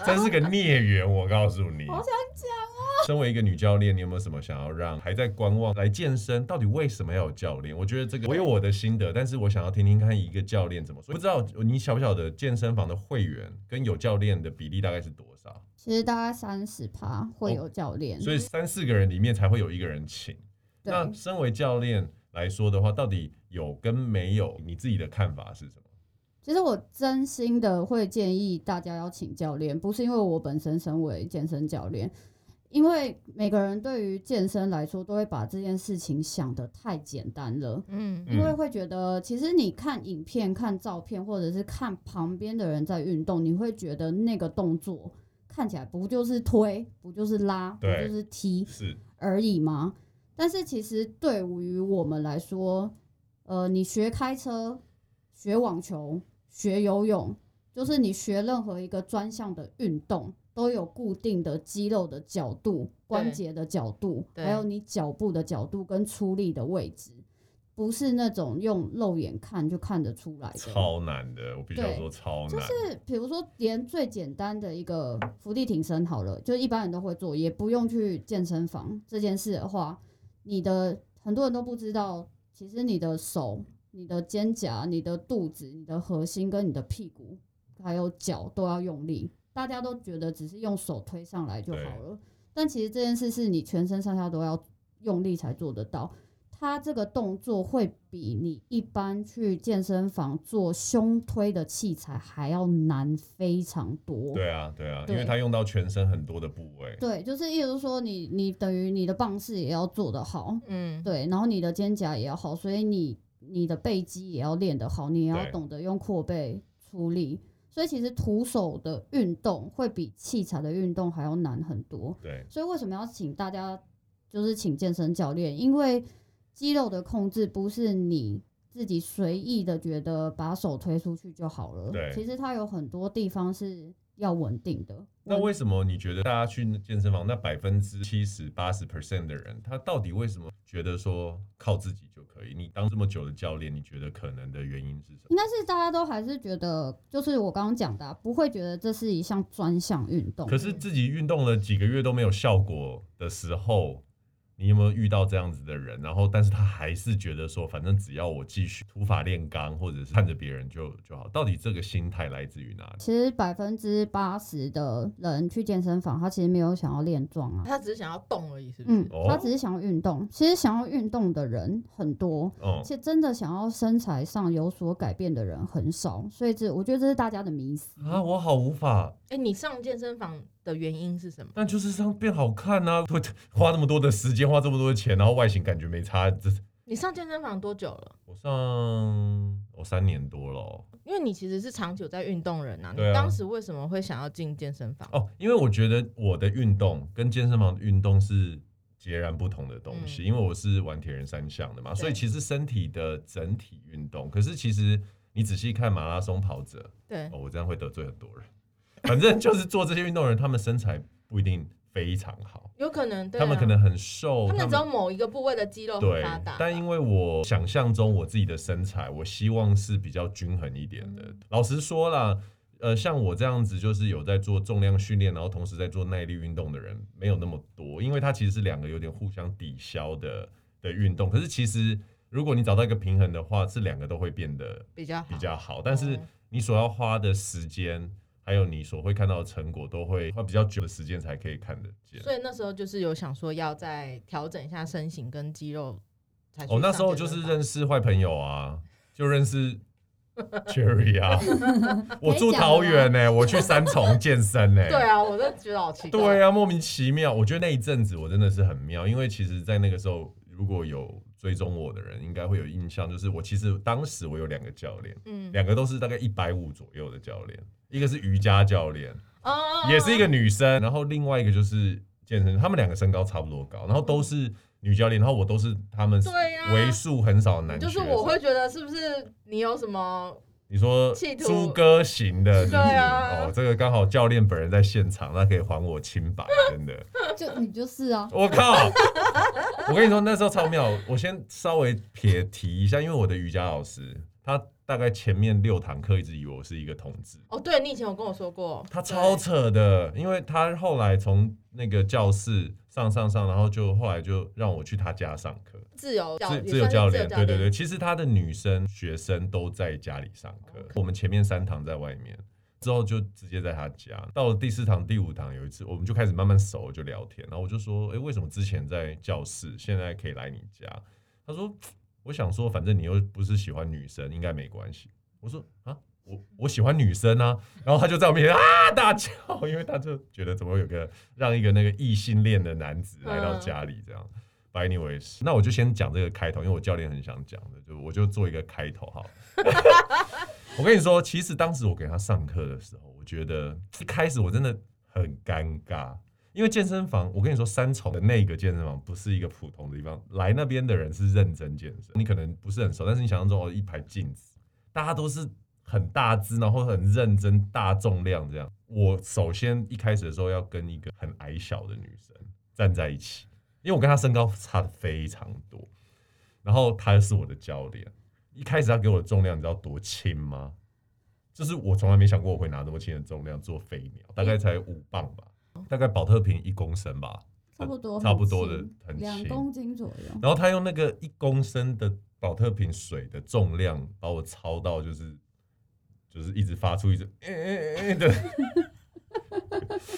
[SPEAKER 1] 真是个孽缘。我告诉你，
[SPEAKER 3] 好想讲啊
[SPEAKER 1] 身为一个女教练，你有没有什么想要让还在观望来健身，到底为什么要有教练？我觉得这个我有我的心得，但是我想要听听看一个教练怎么说。不知道呃你晓不晓得健身房的会员跟有教练的比例大概是多少？
[SPEAKER 3] 其实大概三十趴会有教练，
[SPEAKER 1] 哦所以三四个人里面才会有一个人请。
[SPEAKER 3] 对
[SPEAKER 1] 那身为教练来说的话，到底有跟没有，你自己的看法是什么？
[SPEAKER 3] 其实我真心的会建议大家要请教练，不是因为我本身身为健身教练，因为每个人对于健身来说都会把这件事情想得太简单了。
[SPEAKER 2] 嗯，
[SPEAKER 3] 因为会觉得，其实你看影片、看照片，或者是看旁边的人在运动，你会觉得那个动作看起来不就是推，不就是拉，不
[SPEAKER 1] 对
[SPEAKER 3] 就是踢
[SPEAKER 1] 是
[SPEAKER 3] 而已吗？但是其实对于我们来说，呃，你学开车、学网球、学游泳，就是你学任何一个专项的运动，都有固定的肌肉的角度、关节的角度，
[SPEAKER 2] 对
[SPEAKER 3] 还有你脚步的角度跟出力的位置，不是那种用肉眼看就看得出来的。
[SPEAKER 1] 超难的，我必须要
[SPEAKER 3] 对
[SPEAKER 1] 说超难。
[SPEAKER 3] 就是比如说，连最简单的一个伏地挺身好了，就一般人都会做，也不用去健身房这件事的话，你的很多人都不知道，其实你的手、你的肩胛、你的肚子、你的核心跟你的屁股还有脚都要用力。大家都觉得只是用手推上来就好了，但其实这件事是你全身上下都要用力才做得到。它这个动作会比你一般去健身房做胸推的器材还要难非常多。
[SPEAKER 1] 对啊，对啊，因
[SPEAKER 3] 对
[SPEAKER 1] 为他用到全身很多的部位。
[SPEAKER 3] 对，就是意思说你你等于你的棒式也要做得好，
[SPEAKER 2] 嗯，
[SPEAKER 3] 对，然后你的肩胛也要好，所以你你的背肌也要练得好，你也要
[SPEAKER 1] 对
[SPEAKER 3] 懂得用阔背出力。所以其实徒手的运动会比器材的运动还要难很多。
[SPEAKER 1] 对，
[SPEAKER 3] 所以为什么要请大家就是请健身教练？因为肌肉的控制不是你自己随意的觉得把手推出去就好了。
[SPEAKER 1] 对
[SPEAKER 3] 其实它有很多地方是要稳定的。
[SPEAKER 1] 那
[SPEAKER 3] 稳
[SPEAKER 1] 为什么你觉得大家去健身房那百分之七十八十 percent 的人，他到底为什么觉得说靠自己就可以？你当这么久的教练，你觉得可能的原因是什么？
[SPEAKER 3] 应该是大家都还是觉得，就是我刚刚讲的啊、不会觉得这是一项专项运动。
[SPEAKER 1] 可是自己运动了几个月都没有效果的时候，你有没有遇到这样子的人？然后，但是他还是觉得说，反正只要我继续土法炼钢，或者是看着别人就就好。到底这个心态来自于哪里？
[SPEAKER 3] 其实百分之八十的人去健身房，他其实没有想要练壮啊，
[SPEAKER 2] 他只是想要动而已，是不是？
[SPEAKER 3] 嗯，
[SPEAKER 1] 哦
[SPEAKER 3] 他只是想要运动。其实想要运动的人很多，
[SPEAKER 1] 嗯
[SPEAKER 3] 而，且真的想要身材上有所改变的人很少，所以这我觉得这是大家的迷思。
[SPEAKER 1] 啊，我好无法，
[SPEAKER 2] 哎、你上健身房的原因是什么？
[SPEAKER 1] 但就是这样变好看啊！ <laughs> 我花那么多的时间，花这么多的钱，然后外形感觉没差，这
[SPEAKER 2] 你上健身房多久了？
[SPEAKER 1] 我上我三年多了哦
[SPEAKER 2] 因为你其实是长久在运动人呐、你
[SPEAKER 1] 对啊
[SPEAKER 2] 当时为什么会想要进健身房？
[SPEAKER 1] 哦，因为我觉得我的运动跟健身房的运动是截然不同的东
[SPEAKER 2] 嗯
[SPEAKER 1] 西，因为我是玩铁人三项的嘛，所以其实身体的整体运动，可是其实你仔细看马拉松跑者，
[SPEAKER 2] 对，
[SPEAKER 1] 哦，我这样会得罪很多人， <laughs> 反正就是做这些运动的人，他们身材不一定非常好，
[SPEAKER 2] 有可能，对啊、
[SPEAKER 1] 他们可能很瘦，
[SPEAKER 2] 他们只有某一个部位的肌肉很
[SPEAKER 1] 对
[SPEAKER 2] 发达吧，，
[SPEAKER 1] 但因为我想象中我自己的身材，我希望是比较均衡一点的。
[SPEAKER 2] 嗯
[SPEAKER 1] 老实说啦，呃，像我这样子，就是有在做重量训练，然后同时在做耐力运动的人，没有那么多，因为它其实是两个有点互相抵消的的运动。可是其实如果你找到一个平衡的话，这两个都会变得
[SPEAKER 2] 比较好
[SPEAKER 1] 比较好，但是
[SPEAKER 2] 哦
[SPEAKER 1] 你所要花的时间。还有你所会看到的成果，都会花比较久的时间才可以看得见。
[SPEAKER 2] 所以那时候就是有想说要再调整一下身形跟肌肉才去
[SPEAKER 1] 哦，那
[SPEAKER 2] 上
[SPEAKER 1] 时候就
[SPEAKER 2] 健
[SPEAKER 1] 是
[SPEAKER 2] 身房
[SPEAKER 1] 认识坏朋友啊，就认
[SPEAKER 2] <laughs>
[SPEAKER 1] 识 Cherry 啊。我住桃园呢、我去三重健身呢、
[SPEAKER 2] <laughs> 对啊，我就觉得好奇怪。
[SPEAKER 1] 对啊，莫名其妙。我觉得那一阵子我真的是很妙，因为其实，在那个时候，如果有追踪我的人，应该会有印象，就是我其实当时我有两个教练，
[SPEAKER 2] 嗯，
[SPEAKER 1] 两个都是大概一百五左右的教练，一个是瑜伽教练，
[SPEAKER 2] 哦
[SPEAKER 1] 也是一个女生，然后另外一个就是健身，她们两个身高差不多高，然后都是女教练，然后我都是她们
[SPEAKER 2] 对呀
[SPEAKER 1] 为数很少的男学
[SPEAKER 2] 就是
[SPEAKER 1] 生。
[SPEAKER 2] 我会觉得是不是你有什么
[SPEAKER 1] 你说
[SPEAKER 2] 企图
[SPEAKER 1] 猪哥型的，是不是？
[SPEAKER 2] 对啊
[SPEAKER 1] 哦，这个刚好教练本人在现场，那可以还我清白，真的。
[SPEAKER 3] 就你就
[SPEAKER 1] <laughs>
[SPEAKER 3] 是啊，
[SPEAKER 1] 我靠！我跟你说，那时候超妙。我先稍微撇提一下，因为我的瑜伽老师，他大概前面六堂课一直以为我是一个同志，
[SPEAKER 2] 哦，对你以前有跟我说过，
[SPEAKER 1] 他超
[SPEAKER 2] 对
[SPEAKER 1] 扯的，因为他后来从那个教室上上上，然后就后来就让我去他家上课，
[SPEAKER 2] 自由教
[SPEAKER 1] 自
[SPEAKER 2] 也
[SPEAKER 1] 自由
[SPEAKER 2] 算是
[SPEAKER 1] 教
[SPEAKER 2] 自
[SPEAKER 1] 练，
[SPEAKER 2] 由
[SPEAKER 1] 对对对。其实他的女生学生都在家里上课，我们前面三堂在外面，之后就直接在他家。到了第四堂、第五堂，有一次我们就开始慢慢熟，就聊天。然后我就说，诶，为什么之前在教室，现在可以来你家？他说，我想说，反正你又不是喜欢女生，应该没关系。我说啊。我我喜欢女生啊，然后他就在我面前啊大叫，因为他就觉得怎么会有个让一个那个异性恋的男子来到
[SPEAKER 2] 嗯
[SPEAKER 1] 家里这样，But anyways，那我就先讲这个开头，因为我教练很想讲的，就我就做一个开头好了。 <laughs> 我跟你说，其实当时我给他上课的时候，我觉得一开始我真的很尴尬，因为健身房，我跟你说，三重的那个健身房不是一个普通的地方，来那边的人是认真健身，你可能不是很熟，但是你想象中哦，一排镜子，大家都是很大只，然后很认真、大重量这样。我首先一开始的时候要跟一个很矮小的女生站在一起，因为我跟她身高差的非常多，然后她是我的教练。一开始她给我的重量，你知道多轻吗？就是我从来没想过我会拿这么轻的重量做飞鸟，大概才五磅吧，大概保特瓶一公升吧。
[SPEAKER 3] 差不多，
[SPEAKER 1] 差不多
[SPEAKER 3] 很
[SPEAKER 1] 的
[SPEAKER 3] 轻
[SPEAKER 1] 很
[SPEAKER 3] 两
[SPEAKER 1] 轻
[SPEAKER 3] 公斤左右。
[SPEAKER 1] 然后他用那个一公升的保特瓶水的重量把我操到，就是就是一直发出一直 <laughs> 嗯嗯嗯的，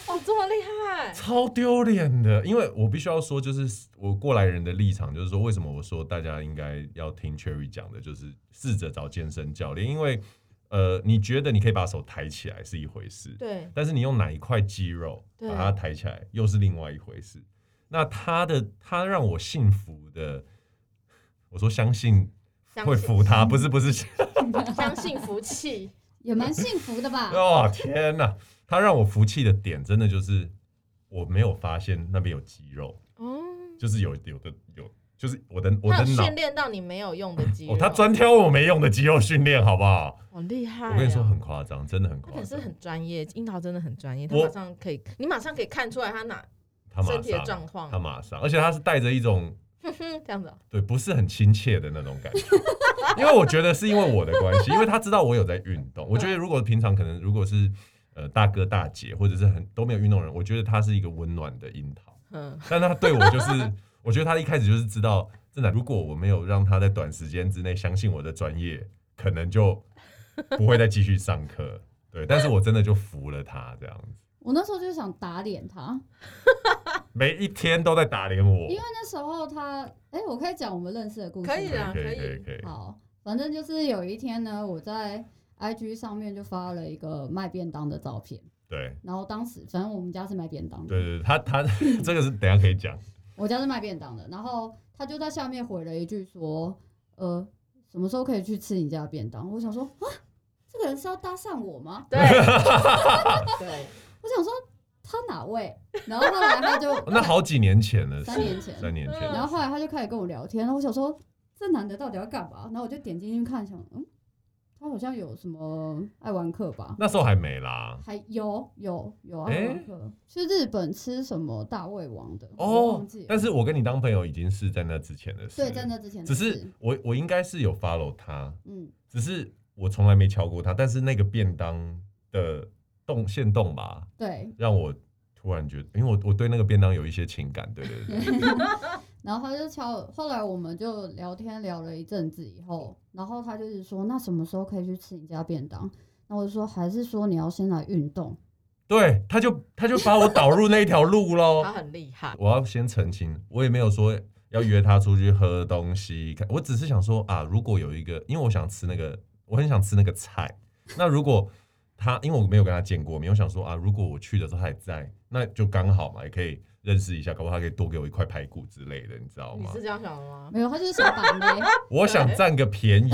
[SPEAKER 2] 哦，这么厉害，
[SPEAKER 1] 超丢脸的。因为我必须要说，就是我过来人的立场，就是说为什么我说大家应该要听 Cherry 讲的，就是试着找健身教练，因为呃，你觉得你可以把手抬起来是一回事，
[SPEAKER 2] 对，
[SPEAKER 1] 但是你用哪一块肌肉
[SPEAKER 2] 对
[SPEAKER 1] 把它抬起来，又是另外一回事。那他的他让我信服的，我说相信
[SPEAKER 2] 相
[SPEAKER 1] 会
[SPEAKER 2] 信
[SPEAKER 1] 服他，不是不是，
[SPEAKER 2] 相信福气，
[SPEAKER 3] 也蛮幸福
[SPEAKER 2] 啊
[SPEAKER 3] 的
[SPEAKER 1] <laughs>
[SPEAKER 3] 吧？
[SPEAKER 1] 哦天哪，他让我服气的点真的就是我没有发现那边有肌肉，
[SPEAKER 2] <laughs> 哦，
[SPEAKER 1] 就是有有的有，就是我的我
[SPEAKER 2] 他
[SPEAKER 1] 的
[SPEAKER 2] 有
[SPEAKER 1] 脑
[SPEAKER 2] 训练到你没有用的肌肉，
[SPEAKER 1] 哦，他专挑我没用的肌肉训练，好不好？
[SPEAKER 2] 好厉害、啊
[SPEAKER 1] 我跟你说，很夸张，真的很
[SPEAKER 2] 他
[SPEAKER 1] 夸
[SPEAKER 2] 哎可是
[SPEAKER 1] 张。
[SPEAKER 2] 很专业，樱桃真的很专业，他
[SPEAKER 1] 我
[SPEAKER 2] 马上可以，你马上可以看出来他哪
[SPEAKER 1] 他马
[SPEAKER 2] 身体的
[SPEAKER 1] 上，
[SPEAKER 2] 状况
[SPEAKER 1] 他，马上，而且他是带着一种
[SPEAKER 2] 哼哼，这样子哦、
[SPEAKER 1] 对不是很亲切的那种感觉。因为我觉得是因为我的关系，因为他知道我有在运动。我觉得如果平常可能如果是呃大哥大姐或者是很都没有运动的人，我觉得他是一个温暖的樱桃。
[SPEAKER 2] <laughs> 嗯，
[SPEAKER 1] 但他对我就是， <laughs> 我觉得他一开始就是知道，真的，如果我没有让他在短时间之内相信我的专业，可能就不会再继续上课。对，但是我真的就服了他这样子，
[SPEAKER 3] 我那时候就想打脸
[SPEAKER 1] 哦
[SPEAKER 3] 他，
[SPEAKER 1] 每一天都在打脸我
[SPEAKER 3] 因。为那时候他，哎、我可以讲我们认识的故事吗，
[SPEAKER 2] 可以啊
[SPEAKER 1] 可以
[SPEAKER 2] 可
[SPEAKER 1] 可以
[SPEAKER 2] 以
[SPEAKER 1] 可以，
[SPEAKER 3] 好，反正就是有一天呢，我在 IG 上面就发了一个卖便当的照片，
[SPEAKER 1] 对
[SPEAKER 3] 然后当时反正我们家是卖便当的，
[SPEAKER 1] 对对，他他这个是等一下可以讲，，
[SPEAKER 3] 我家是卖便当的，然后他就在下面回了一句说，呃，什么时候可以去吃你家的便当？我想说啊，这个人是要搭讪我吗？
[SPEAKER 2] <laughs> 对对，
[SPEAKER 3] 我想说他哪位？然后后来他就
[SPEAKER 1] <laughs> 那好几年前了，
[SPEAKER 3] 三
[SPEAKER 1] 是
[SPEAKER 3] 年前
[SPEAKER 1] 三年前，
[SPEAKER 3] 然后后来他就开始跟我聊天，然后我想说这男的到底要干嘛？然后我就点进去看，想嗯，他好像有什么爱玩课吧？
[SPEAKER 1] 那时候还没啦。
[SPEAKER 3] 还有有有啊，
[SPEAKER 1] 诶
[SPEAKER 3] 有客去日本吃什么大胃王的我
[SPEAKER 1] 哦
[SPEAKER 3] 忘记，了。
[SPEAKER 1] 但是我跟你当朋友已经是在那之前的事，
[SPEAKER 3] 对，在那之前的
[SPEAKER 1] 只
[SPEAKER 3] 事
[SPEAKER 1] 是我我应该是有 follow 他，
[SPEAKER 3] 嗯，
[SPEAKER 1] 只是我从来没敲过它，但是那个便当的动线动吧，
[SPEAKER 3] 对。
[SPEAKER 1] 让我突然觉得，因为我我对那个便当有一些情感，对对对，
[SPEAKER 3] 然后他就敲，后来我们就聊天聊了一阵子以后，然后他就是说，那什么时候可以去吃你家便当？那我就说，还是说你要先来运动？
[SPEAKER 1] 对，他就他就把我导入那一条路
[SPEAKER 2] 他
[SPEAKER 1] 喽。
[SPEAKER 2] 很厉害，
[SPEAKER 1] 我要先澄清，我也没有说要约他出去喝东西，看我只是想说啊，如果有一个，因为我想吃那个，我很想吃那个菜，那如果。他因为我没有跟他见过面，我想说啊，如果我去的时候他还在，那就刚好嘛，也可以认识一下，搞不好他可以多给我一块排骨之类的，你知道
[SPEAKER 2] 你
[SPEAKER 1] 吗？
[SPEAKER 2] 是这样想的 <laughs> 吗？
[SPEAKER 3] 没有，他就是想把妹。 <laughs>
[SPEAKER 1] 我想占个便宜，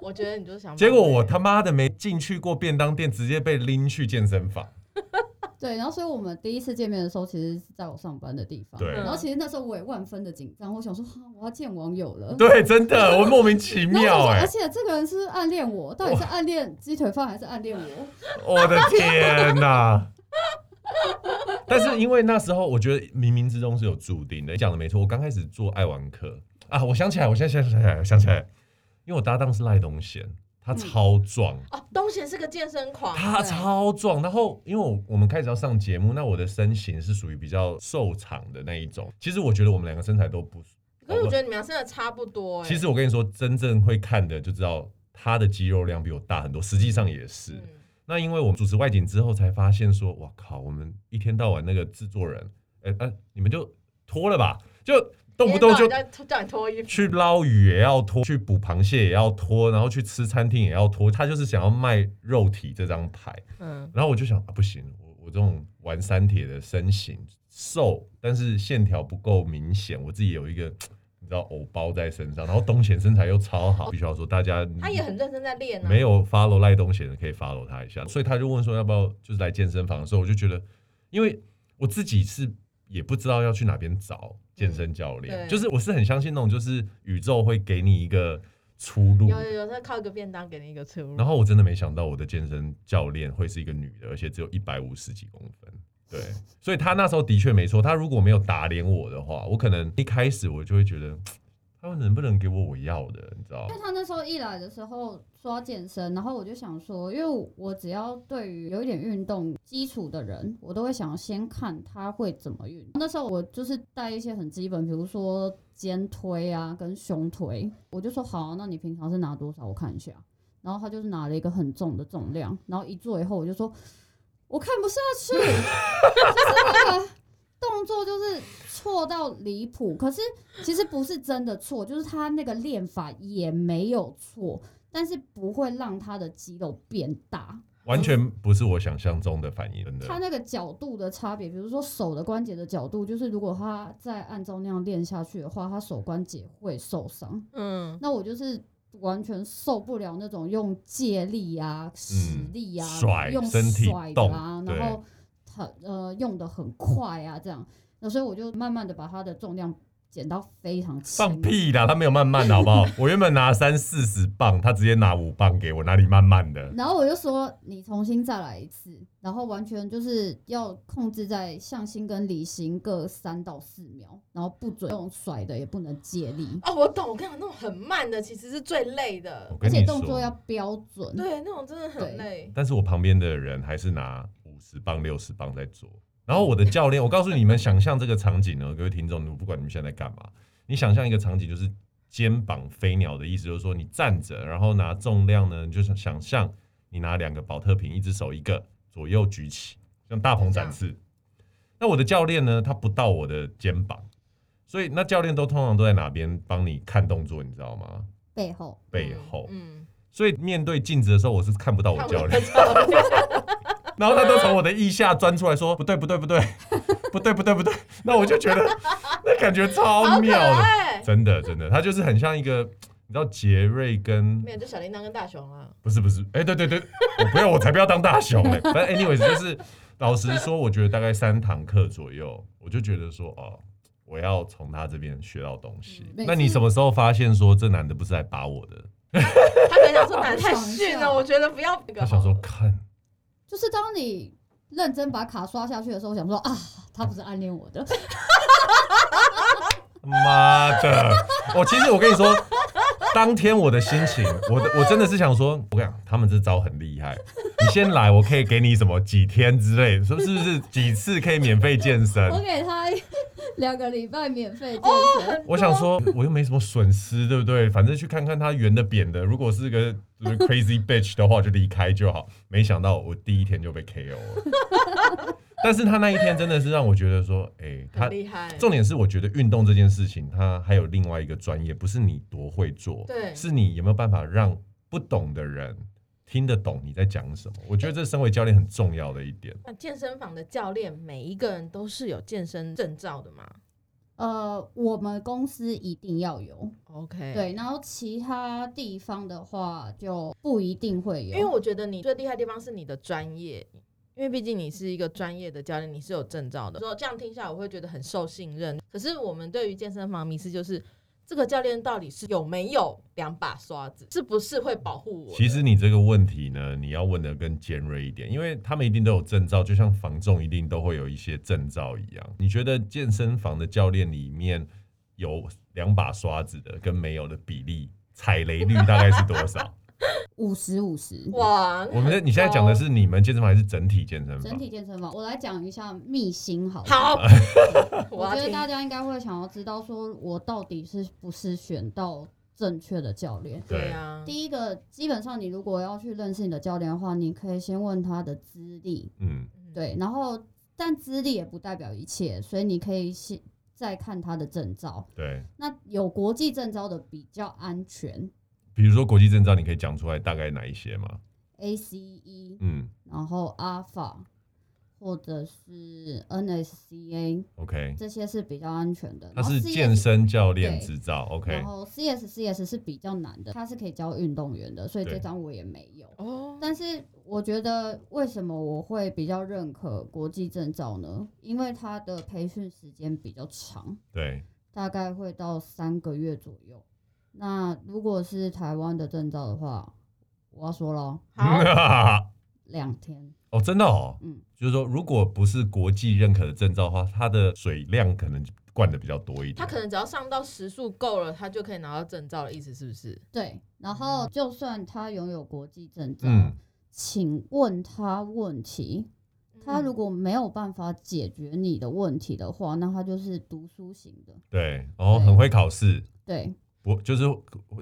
[SPEAKER 2] 我觉得你就是想，
[SPEAKER 1] 结果我他妈的没进去过便当店，直接被拎去健身房。
[SPEAKER 3] 对，然后所以我们第一次见面的时候，其实是在我上班的地方。
[SPEAKER 1] 对
[SPEAKER 3] 然后其实那时候我也万分的紧张，我想说，哈我要见网友了。
[SPEAKER 1] 对，真的，我莫名其
[SPEAKER 3] 然后我想
[SPEAKER 1] 妙
[SPEAKER 3] 说
[SPEAKER 1] 哎、
[SPEAKER 3] 而且这个人是不是暗恋我，到底是暗恋鸡腿饭还是暗恋我？
[SPEAKER 1] 我的天哪、但是因为那时候我觉得冥冥之中是有注定的，你讲的没错。我刚开始做爱玩课啊，我想起来，我现在想起来，想起来，因为我搭档是赖东贤，他超壮。
[SPEAKER 2] 哦，东贤是个健身狂，
[SPEAKER 1] 他
[SPEAKER 2] 对
[SPEAKER 1] 超壮，然后因为我我们开始要上节目，那我的身形是属于比较瘦长的那一种。其实我觉得我们两个身材都不
[SPEAKER 2] 可是我觉得你们俩真的差不多哎、
[SPEAKER 1] 其实我跟你说，真正会看的就知道他的肌肉量比我大很多，实际上也是。
[SPEAKER 2] 嗯
[SPEAKER 1] 那因为我们主持外景之后才发现说，哇靠，我们一天到晚那个制作人，哎、哎、你们就拖了吧，就动不动就
[SPEAKER 2] 今天到底在叫你脱衣服，
[SPEAKER 1] 去捞鱼也要拖，去捕螃蟹也要拖，然后去吃餐厅也要拖，他就是想要卖肉体这张牌。
[SPEAKER 2] 嗯，
[SPEAKER 1] 然后我就想啊，不行，我我这种玩三铁的身形瘦，但是线条不够明显，我自己有一个你知道偶包在身上，然后东贤身材又超好，必须要说大家
[SPEAKER 2] 他也很认真在练啊，
[SPEAKER 1] 没有 follow 赖东贤的可以 follow 他一下，所以他就问说要不要就是来健身房的时候，我就觉得，因为我自己是也不知道要去哪边找健身教练，
[SPEAKER 2] 嗯对
[SPEAKER 1] 就是我是很相信那种就是宇宙会给你一个出路，
[SPEAKER 2] 有有有，他靠一个便当给你一个出入，
[SPEAKER 1] 嗯然后我真的没想到我的健身教练会是一个女的，而且只有一百五十几公分。
[SPEAKER 3] <laughs>
[SPEAKER 1] 对，所以她那时候的确没错，她如果没有打脸我的话，我可能一开始我就会觉得他们能不能给我我要的，你知道
[SPEAKER 3] 因？为他那时候一来的时候说要健身，然后我就想说，因为我只要对于有一点运动基础的人，我都会想先看他会怎么运。那时候我就是带一些很基本，比如说肩推啊跟胸推，我就说好，啊那你平常是拿多少？我看一下。然后他就是拿了一个很重的重量，然后一做以后我就说，我看不下去， <laughs> 就是那个动作就是错到离谱。可是其实不是真的错，就是他那个练法也没有错，但是不会让他的肌肉变大。
[SPEAKER 1] 完全不是我想象中的反应，真
[SPEAKER 3] 他
[SPEAKER 1] 的。
[SPEAKER 3] 那个角度的差别，比如说手的关节的角度，就是如果他再按照那样练下去的话，他手关节会受伤。
[SPEAKER 2] 嗯，
[SPEAKER 3] 那我就是完全受不了那种用借力啊、使力啊、
[SPEAKER 1] 嗯甩
[SPEAKER 3] 用
[SPEAKER 1] 身体
[SPEAKER 3] 甩的啊，
[SPEAKER 1] 动
[SPEAKER 3] 然后很呃用的很快啊，这样，那所以我就慢慢的把它的重量减到非常轻。
[SPEAKER 1] 放屁啦！他没有慢慢的好不好？ <laughs> 我原本拿三四十磅，他直接拿五磅给我，哪里慢慢的？
[SPEAKER 3] 然后我就说你重新再来一次，然后完全就是要控制在向心跟离心各三到四秒，然后不准用甩的，也不能借力，
[SPEAKER 2] 哦，我懂，我跟你讲，那种很慢的其实是最累的
[SPEAKER 1] 我，
[SPEAKER 3] 而
[SPEAKER 1] 跟
[SPEAKER 3] 且
[SPEAKER 1] 你
[SPEAKER 3] 动作要
[SPEAKER 1] 说，
[SPEAKER 3] 标准。
[SPEAKER 2] 对，那种真的很累。
[SPEAKER 1] 但是我旁边的人还是拿五十磅、六十磅在做。然后我的教练，我告诉你们，想象这个场景呢，各位听众，不管你们现在在干嘛，你想象一个场景，就是肩膀飞鸟的意思，就是说你站着，然后拿重量呢，你就是想象你拿两个保特瓶，一只手一个左右举起，像大鹏展翅。那我的教练呢，他不到我的肩膀，所以那教练都通常都在哪边帮你看动作，你知道吗？
[SPEAKER 3] 背后
[SPEAKER 1] 背后。
[SPEAKER 2] 嗯，
[SPEAKER 1] 所以面对镜子的时候，我是看不到我
[SPEAKER 2] 看我
[SPEAKER 1] 教
[SPEAKER 2] 的 <laughs>
[SPEAKER 1] 练，然后他都从我的腋下钻出来说：“不对，不对，不对， <laughs> 不对，不对，不对。”那我就觉得那感觉超
[SPEAKER 2] 好可
[SPEAKER 1] 妙的，
[SPEAKER 2] 爱。啊
[SPEAKER 1] 真的，真的，他就是很像一个，你知道杰瑞跟
[SPEAKER 2] 没有，就小铃铛跟大熊啊，
[SPEAKER 1] 不是不是，哎、对对对，我不要，我才不要当大熊
[SPEAKER 2] <laughs>
[SPEAKER 1] 嘞。反正 anyways，就是老实说，我觉得大概三堂课左右，我就觉得说，哦，我要从他这边学到东西。
[SPEAKER 3] 嗯
[SPEAKER 1] 那
[SPEAKER 3] 每次
[SPEAKER 1] 你什么时候发现说这男的不是来把我的？
[SPEAKER 2] 他可能想说男的太 <laughs> 逊了，我觉得不要那
[SPEAKER 1] 他
[SPEAKER 2] 个好
[SPEAKER 1] 想
[SPEAKER 2] 了。
[SPEAKER 1] 说看，
[SPEAKER 3] 就是当你认真把卡刷下去的时候，我想说啊，他不是暗恋我的，
[SPEAKER 1] 妈的！我其实我跟你说，当天我的心情，我的我真的是想说，我跟你讲他们这招很厉害。你先来，我可以给你什么几天之类的，说是不是几次可以免费健身？
[SPEAKER 3] 我给他 <laughs> 两个礼拜免
[SPEAKER 2] 哦
[SPEAKER 3] 费健身。
[SPEAKER 1] 我想说，我又没什么损失，对不对？反正去看看他圆的、扁的。如果是个就是 crazy bitch 的话，就离开就好。没想到我第一天就被 KO 了。但是他那一天真的是让我觉得说，哎、他
[SPEAKER 2] 很厉害。
[SPEAKER 1] 重点是我觉得运动这件事情，它还有另外一个专业，不是你多会做，
[SPEAKER 2] 对
[SPEAKER 1] 是你有没有办法让不懂的人听得懂你在讲什么。我觉得这身为教练很重要的一点。
[SPEAKER 2] 那健身房的教练每一个人都是有健身证照的嘛
[SPEAKER 3] 呃，我们公司一定要有，
[SPEAKER 2] ？OK，，
[SPEAKER 3] 对，然后其他地方的话就不一定会
[SPEAKER 2] 因为
[SPEAKER 3] 有。
[SPEAKER 2] 我觉得你最厉害的地方是你的专业，因为毕竟你是一个专业的教练，你是有证照的。说这样听下来，我会觉得很受信任。可是我们对于健身房迷思就是，这个教练到底是有没有两把刷子，是不是会保护我的？
[SPEAKER 1] 其实你这个问题呢，你要问的更尖锐一点，因为他们一定都有证照，就像房仲一定都会有一些证照一样。你觉得健身房的教练里面有两把刷子的跟没有的比例，踩雷率大概是多少？
[SPEAKER 3] 五十五十，
[SPEAKER 2] 哇，
[SPEAKER 1] 我们的你现在讲的
[SPEAKER 2] 哦
[SPEAKER 1] 是你们健身房还是整体健身
[SPEAKER 3] 整
[SPEAKER 1] 房？
[SPEAKER 3] 体健身房，我来讲一下秘辛好了。
[SPEAKER 1] <laughs>
[SPEAKER 2] 好，
[SPEAKER 3] 我
[SPEAKER 2] 我要
[SPEAKER 3] 觉得
[SPEAKER 2] 听
[SPEAKER 3] 大家应该会想要知道，说我到底是不是选到正确的教练。
[SPEAKER 2] 对啊，
[SPEAKER 3] 第一个，基本上你如果要去认识你的教练的话，你可以先问他的资历，
[SPEAKER 1] 嗯，
[SPEAKER 3] 对，然后但资历也不代表一切，所以你可以先再看他的证照。
[SPEAKER 1] 对。
[SPEAKER 3] 那有国际证照的比较安全
[SPEAKER 1] 比如说国际证照，你可以讲出来大概哪一些吗？
[SPEAKER 3] ，ACE，
[SPEAKER 1] 嗯
[SPEAKER 3] E，然后 Alpha 或者是 NSCA，
[SPEAKER 1] ，OK，
[SPEAKER 3] 这些是比较安全的。
[SPEAKER 1] 它
[SPEAKER 3] 然后
[SPEAKER 1] 是
[SPEAKER 3] CS
[SPEAKER 1] 健身教练
[SPEAKER 3] 对
[SPEAKER 1] 执照，OK
[SPEAKER 3] 然。后 CS CS 是比较难的，它是可以教运动员的，所以
[SPEAKER 1] 对
[SPEAKER 3] 这张我也没有。
[SPEAKER 2] 哦，
[SPEAKER 3] 但是我觉得为什么我会比较认可国际证照呢？因为它的培训时间比较长，
[SPEAKER 1] 对，
[SPEAKER 3] 大概会到三个月左右。那如果是台湾的证照的话，我要说了，
[SPEAKER 2] 好，
[SPEAKER 1] <laughs>
[SPEAKER 3] 两天。
[SPEAKER 1] 哦，真的哦，
[SPEAKER 3] 嗯
[SPEAKER 1] 就是说，如果不是国际认可的证照的话，它的水量可能灌的比较多一点。
[SPEAKER 2] 他可能只要上到时数够了，他就可以拿到证照的意思是不是？
[SPEAKER 3] 对，然后就算他拥有国际证照，
[SPEAKER 1] 嗯，
[SPEAKER 3] 请问他问题，他如果没有办法解决你的问题的话，那他就是读书型的。
[SPEAKER 1] 对，哦，
[SPEAKER 3] 对
[SPEAKER 1] 很会考试，
[SPEAKER 3] 对，
[SPEAKER 1] 不就是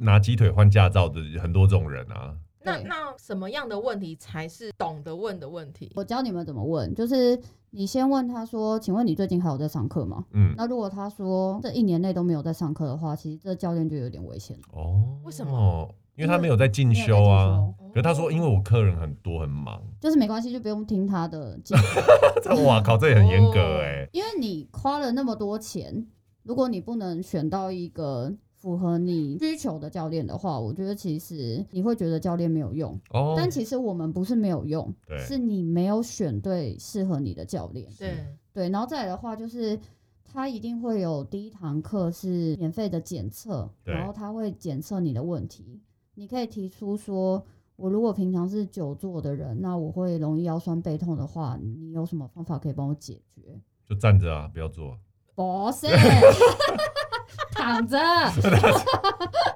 [SPEAKER 1] 拿鸡腿换驾照的很多这种人啊。
[SPEAKER 2] 嗯那
[SPEAKER 3] 对
[SPEAKER 2] 那什么样的问题才是懂得问的问题？
[SPEAKER 3] 我教你们怎么问，就是你先问他说：“请问你最近还有在上课吗？”
[SPEAKER 1] 嗯，
[SPEAKER 3] 那如果他说这一年内都没有在上课的话，其实这教练就有点危险了。
[SPEAKER 1] 哦，
[SPEAKER 2] 为什
[SPEAKER 1] 么？因为他
[SPEAKER 3] 因为
[SPEAKER 1] 没有在进
[SPEAKER 3] 没有在
[SPEAKER 1] 修啊
[SPEAKER 3] 进。
[SPEAKER 2] 修
[SPEAKER 1] 可是他说，因为我客人很多，很忙。 <laughs>
[SPEAKER 3] 就是没关系，就不用听他的建议， <laughs>
[SPEAKER 1] 这哇靠，这也很
[SPEAKER 3] 哦
[SPEAKER 1] 严格哎、
[SPEAKER 3] 因为你花了那么多钱，如果你不能选到一个符合你需求的教练的话，我觉得其实你会觉得教练没有用，
[SPEAKER 1] 哦
[SPEAKER 3] 但其实我们不是没有用，
[SPEAKER 1] 对
[SPEAKER 3] 是你没有选对适合你的教练。
[SPEAKER 2] 对，
[SPEAKER 3] 对，然后再来的话就是，他一定会有第一堂课是免费的检测，
[SPEAKER 1] 对
[SPEAKER 3] 然后他会检测你的问题，你可以提出说，我如果平常是久坐的人，那我会容易腰酸背痛的话，你有什么方法可以帮我解决？
[SPEAKER 1] 就站着啊，不要坐。
[SPEAKER 3] 不是， <laughs> 躺
[SPEAKER 1] <laughs>
[SPEAKER 3] 着。